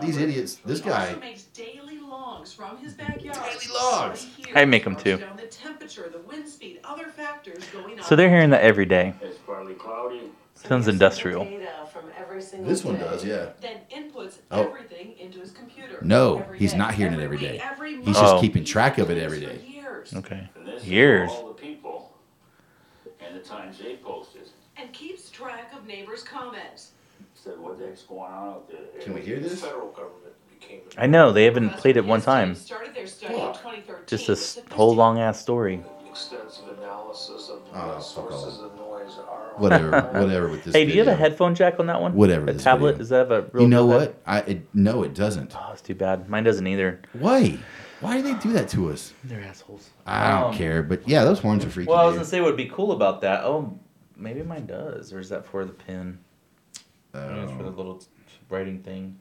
Speaker 1: These idiots. This guy.
Speaker 9: makes daily logs from his backyard.
Speaker 1: Daily logs.
Speaker 2: I make 'em too.
Speaker 9: Down the temperature, the wind speed, other factors going
Speaker 2: So they're hearing that every day.
Speaker 8: It's partly cloudy.
Speaker 2: Sounds industrial.
Speaker 1: This one does, yeah.
Speaker 9: Then inputs
Speaker 1: Oh.
Speaker 9: everything into his computer.
Speaker 1: No,
Speaker 9: every
Speaker 1: he's
Speaker 9: day,
Speaker 1: not hearing it every
Speaker 9: every
Speaker 1: day.
Speaker 9: week, every
Speaker 1: He's
Speaker 9: month.
Speaker 1: just
Speaker 2: Oh.
Speaker 1: keeping track of it every day.
Speaker 9: For years,
Speaker 2: Okay.
Speaker 8: And this is
Speaker 2: Years.
Speaker 8: All the people and the times they posted
Speaker 9: And keeps track of neighbors' comments.
Speaker 8: said what the heck's going on out there.
Speaker 1: Can we hear this?
Speaker 5: federal government became the
Speaker 2: I know they haven't played it one
Speaker 9: His team
Speaker 2: time.
Speaker 9: Started their study in
Speaker 1: Fuck.
Speaker 9: 2013
Speaker 2: Just this
Speaker 9: with the
Speaker 2: whole long ass story.
Speaker 5: extensive analysis of the
Speaker 1: Oh, fuck
Speaker 5: sources
Speaker 1: all.
Speaker 5: of noise are.
Speaker 1: Whatever, whatever with this.
Speaker 2: Hey, do you have a
Speaker 1: video.
Speaker 2: headphone jack on that one?
Speaker 1: Whatever
Speaker 2: A
Speaker 1: this
Speaker 2: tablet?
Speaker 1: video.
Speaker 2: Does that have a real?
Speaker 1: You know
Speaker 2: tablet?
Speaker 1: what? I it, no, it doesn't.
Speaker 2: Oh, it's too bad. Mine doesn't either.
Speaker 1: Why? Why do they do that to us?
Speaker 2: They're assholes.
Speaker 1: I don't
Speaker 2: Um,
Speaker 1: care. But yeah, those horns are freaking.
Speaker 2: Well, I was
Speaker 1: dude.
Speaker 2: gonna say what would be cool about that. Oh, maybe mine does, or is that for the pin? I think it's for the
Speaker 1: Oh.
Speaker 2: little writing thing.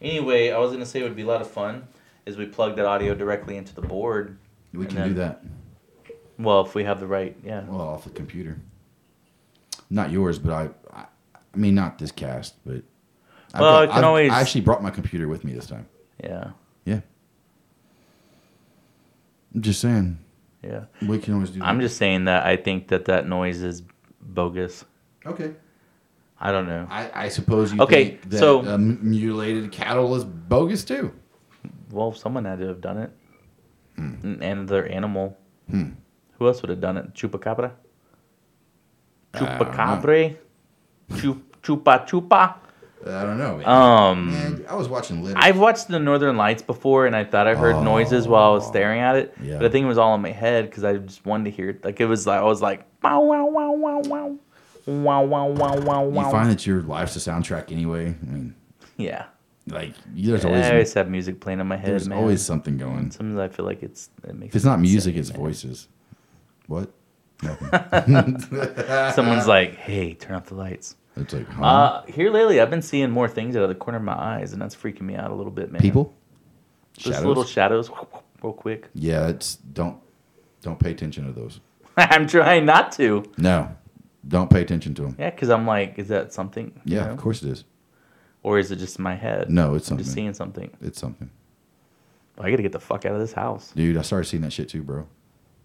Speaker 2: Anyway, I was gonna say it would be a lot of fun is we plug that audio directly into the board.
Speaker 1: we
Speaker 2: and
Speaker 1: can
Speaker 2: then-
Speaker 1: do that.
Speaker 2: Well, if we have the right, yeah.
Speaker 1: Well, off the computer. Not yours, but I. I, I mean, not this cast, but. I've
Speaker 2: Well,
Speaker 1: got-
Speaker 2: it can
Speaker 1: I've-
Speaker 2: always-
Speaker 1: I actually brought my computer with me this time.
Speaker 2: Yeah.
Speaker 1: Yeah. I'm just saying,
Speaker 2: Yeah.
Speaker 1: we can always do.
Speaker 2: I'm
Speaker 1: that.
Speaker 2: just saying that I think that that noise is bogus.
Speaker 1: okay.
Speaker 2: I don't know.
Speaker 1: I, I suppose you
Speaker 2: Okay,
Speaker 1: think that
Speaker 2: so-
Speaker 1: uh, m- mutilated cattle is bogus too.
Speaker 2: Well, someone had to have done it.
Speaker 1: Hmm.
Speaker 2: An- Another animal. Who else would have done it? Chupacabra?
Speaker 1: don't know.
Speaker 2: Chupacabra? Chup, chupa chupa?
Speaker 1: I don't know. man.
Speaker 2: Um,
Speaker 1: Man, I was watching Litter.
Speaker 2: I've watched the Northern Lights before, and I thought I heard noises while I was staring at it.
Speaker 1: Oh. Yeah.
Speaker 2: But I think it was all in my head because I just wanted to hear. It. Like it was like I was like wow wow wow wow wow wow wow wow wow
Speaker 1: you
Speaker 2: wow.
Speaker 1: find that your life's a soundtrack anyway. I mean,
Speaker 2: yeah,
Speaker 1: like there's
Speaker 2: I always
Speaker 1: always
Speaker 2: have music playing in my head.
Speaker 1: there's
Speaker 2: man.
Speaker 1: always something going.
Speaker 2: sometimes I feel like it's it makes.
Speaker 1: If it's not
Speaker 2: me
Speaker 1: music,
Speaker 2: sick,
Speaker 1: it's
Speaker 2: man.
Speaker 1: voices. What?
Speaker 2: <laughs>
Speaker 1: Nothing. <laughs>
Speaker 2: Someone's like, "Hey, turn off the lights."
Speaker 1: it's like huh?
Speaker 2: Uh, here lately, I've been seeing more things out of the corner of my eyes, and that's freaking me out a little bit, man.
Speaker 1: people.
Speaker 2: just
Speaker 1: Shadows?
Speaker 2: little shadows, real quick. <laughs>
Speaker 1: Yeah, it's don't don't pay attention to those.
Speaker 2: I'm trying not to.
Speaker 1: No, don't pay attention to them.
Speaker 2: Yeah, because I'm like, is that something? You
Speaker 1: Yeah,
Speaker 2: know?
Speaker 1: of course it is.
Speaker 2: Or is it just my head?
Speaker 1: No, it's
Speaker 2: I'm just
Speaker 1: something.
Speaker 2: seeing something.
Speaker 1: It's something,
Speaker 2: I gotta get the fuck out of this house.
Speaker 1: dude. I started seeing that shit too, bro.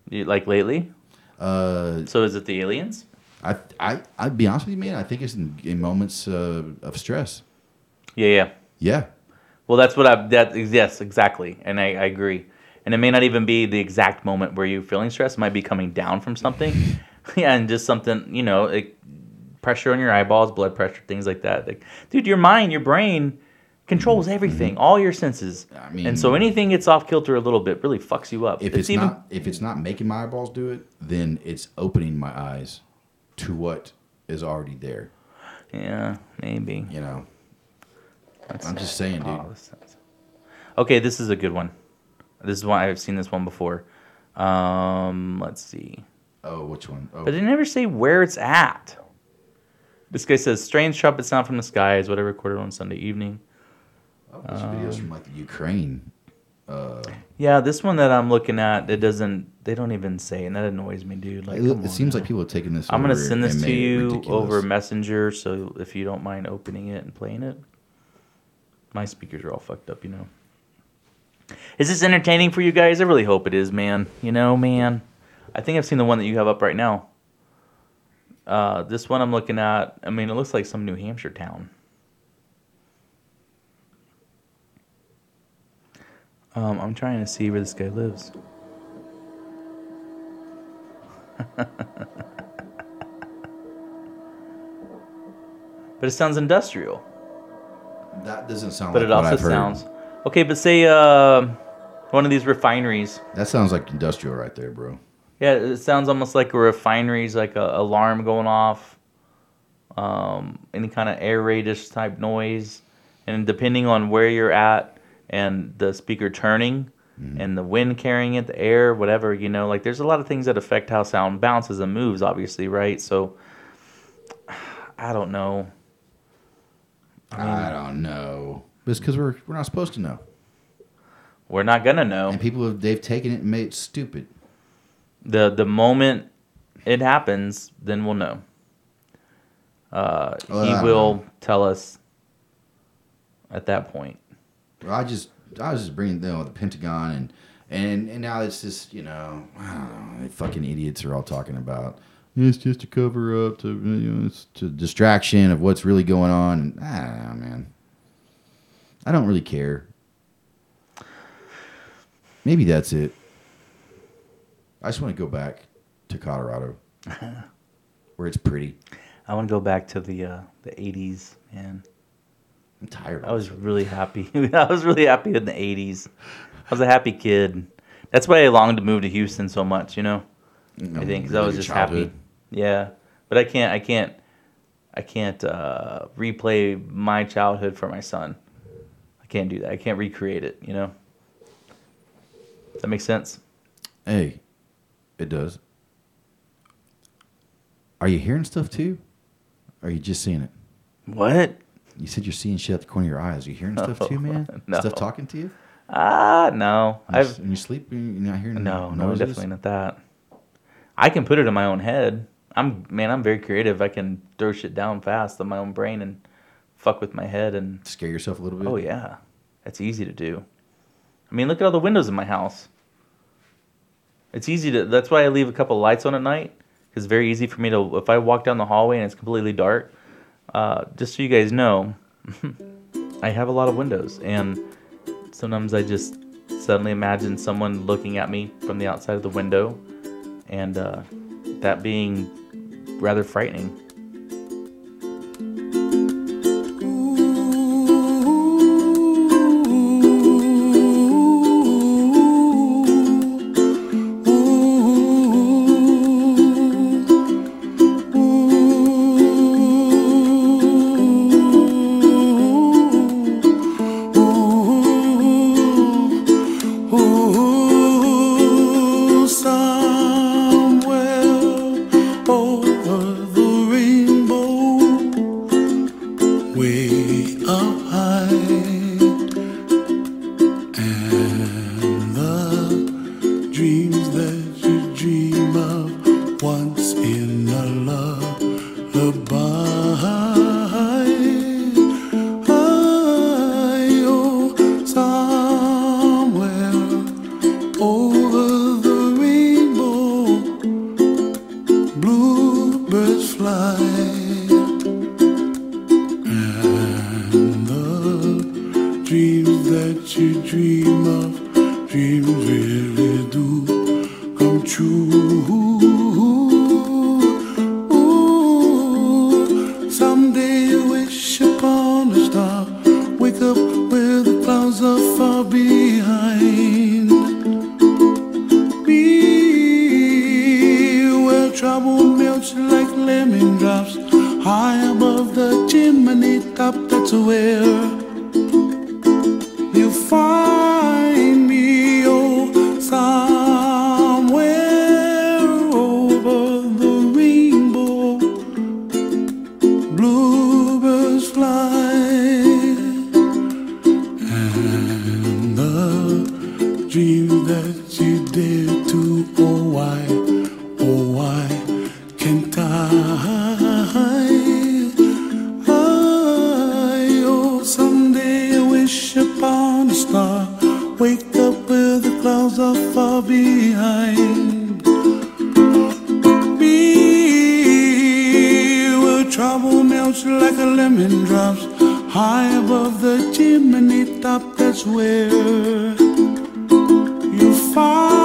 Speaker 2: You- like lately?
Speaker 1: Uh,
Speaker 2: So is it the aliens?
Speaker 1: I I I'd be honest with you, man. I think it's in, in moments uh, of stress.
Speaker 2: Yeah, yeah.
Speaker 1: Yeah,
Speaker 2: Well, that's what I. That yes, exactly, and I, I agree. And it may not even be the exact moment where you're feeling stressed. It might be coming down from something, <laughs> yeah, and just something you know, it, pressure on your eyeballs, blood pressure, things like that. Like, dude, your mind, your brain controls everything, all your senses.
Speaker 1: Mm-hmm. I
Speaker 2: and so
Speaker 1: mean-
Speaker 2: anything gets off kilter a little bit really fucks you up.
Speaker 1: if it's, not if it's not making my eyeballs do it, then it's opening my eyes to what is already there.
Speaker 2: yeah, maybe.
Speaker 1: You know, I'm just saying, dude.
Speaker 2: Oh, this sounds- Okay, this is a good one. This is one I've seen this one before. Um, let's see.
Speaker 1: Oh, which one? Oh,
Speaker 2: But they never say where it's at. This guy says strange trumpet sound from the sky is what I recorded on Sunday evening.
Speaker 1: oh, this video's from like the Ukraine. Uh,
Speaker 2: Yeah, this one that I'm looking at, it doesn't they don't even say and that annoys me, dude. Like
Speaker 1: it,
Speaker 2: come
Speaker 1: it
Speaker 2: on
Speaker 1: seems
Speaker 2: now.
Speaker 1: like people have taken this.
Speaker 2: I'm gonna
Speaker 1: over
Speaker 2: send this
Speaker 1: and
Speaker 2: to
Speaker 1: made it
Speaker 2: you
Speaker 1: ridiculous.
Speaker 2: over Messenger, so if you don't mind opening it and playing it. My speakers are all fucked up, you know. Is this entertaining for you guys? I really hope it is, man. You know, man. I think I've seen the one that you have up right now. Uh, this one I'm looking at, I mean, it looks like some New Hampshire town. Um, I'm trying to see where this guy lives. But it sounds industrial.
Speaker 1: That doesn't sound.
Speaker 2: But
Speaker 1: like
Speaker 2: it also
Speaker 1: what I've heard.
Speaker 2: sounds okay. But say uh, one of these refineries.
Speaker 1: That sounds like industrial right there, bro.
Speaker 2: Yeah, it sounds almost like a refinery's like a alarm going off. Um, any kind of air raidish type noise, and depending on where you're at and the speaker turning,
Speaker 1: Mm-hmm.
Speaker 2: and the wind carrying it, the air, whatever, you know, like there's a lot of things that affect how sound bounces and moves, obviously, right? So <sighs> I don't know.
Speaker 1: I don't know. It's because we're we're not supposed to know.
Speaker 2: We're not gonna know.
Speaker 1: And people have they've taken it and made it stupid.
Speaker 2: The the moment it happens, then we'll know. Uh,
Speaker 1: Well, I
Speaker 2: he
Speaker 1: don't
Speaker 2: will tell us at that point.
Speaker 1: Well, I just I was just bringing them the Pentagon and and and now it's just you know I don't know they fucking idiots are all talking about it's just a cover up to you know, it's to distraction of what's really going on and I don't know man I don't really care maybe that's it I just want to go back to
Speaker 2: <laughs>
Speaker 1: Colorado where it's pretty
Speaker 2: I want to go back to the uh, the 80s, man.
Speaker 1: I'm tired
Speaker 2: I was really happy. <laughs> I was really happy in the 80s. I was a happy kid. That's why I longed to move to Houston so much, you know. I think 'cause I was just happy. Yeah, but I can't. I can't. I can't uh, replay my childhood for my son. I can't do that. I can't recreate it. You know. Does that make sense?
Speaker 1: Hey, it does. Are you hearing stuff too? Or are you just seeing it?
Speaker 2: What?
Speaker 1: You said you're seeing shit out the corner of your eyes. Are you hearing stuff too, man?
Speaker 2: <laughs> No.
Speaker 1: Stuff talking to you?
Speaker 2: Ah, no.
Speaker 1: When you s-
Speaker 2: I've
Speaker 1: when you sleep, you're you're not hearing
Speaker 2: no, no,
Speaker 1: noises?
Speaker 2: definitely not that. I can put it in my own head. I'm man. I'm very creative. I can throw shit down fast in my own brain and fuck with my head and
Speaker 1: Scare yourself a little bit.
Speaker 2: Oh yeah, that's easy to do. I mean, look at all the windows in my house. It's easy to. That's why I leave a couple lights on at night. 'cause It's very easy for me to. If I walk down the hallway and it's completely dark, uh, just so you guys know, <laughs> I have a lot of windows, and sometimes I just suddenly imagine someone looking at me from the outside of the window, and uh, that being rather frightening.
Speaker 10: dreams that you dream of once in a lullaby. I, oh, somewhere over the rainbow, bluebirds fly. and the Dreams that you dream of, dreams really do come true. Ooh, someday you wish upon a star, wake up where the clouds are far behind be where trouble melts like lemon drops high above the chimney top. That's where you find me. Oh, somewhere over the rainbow, bluebirds fly. And the dream that you did to oh why oh why can't I I oh someday I wish upon a star wake up where the clouds are far behind me where trouble melts like a lemon drops high above the chimney top that's where you find oh,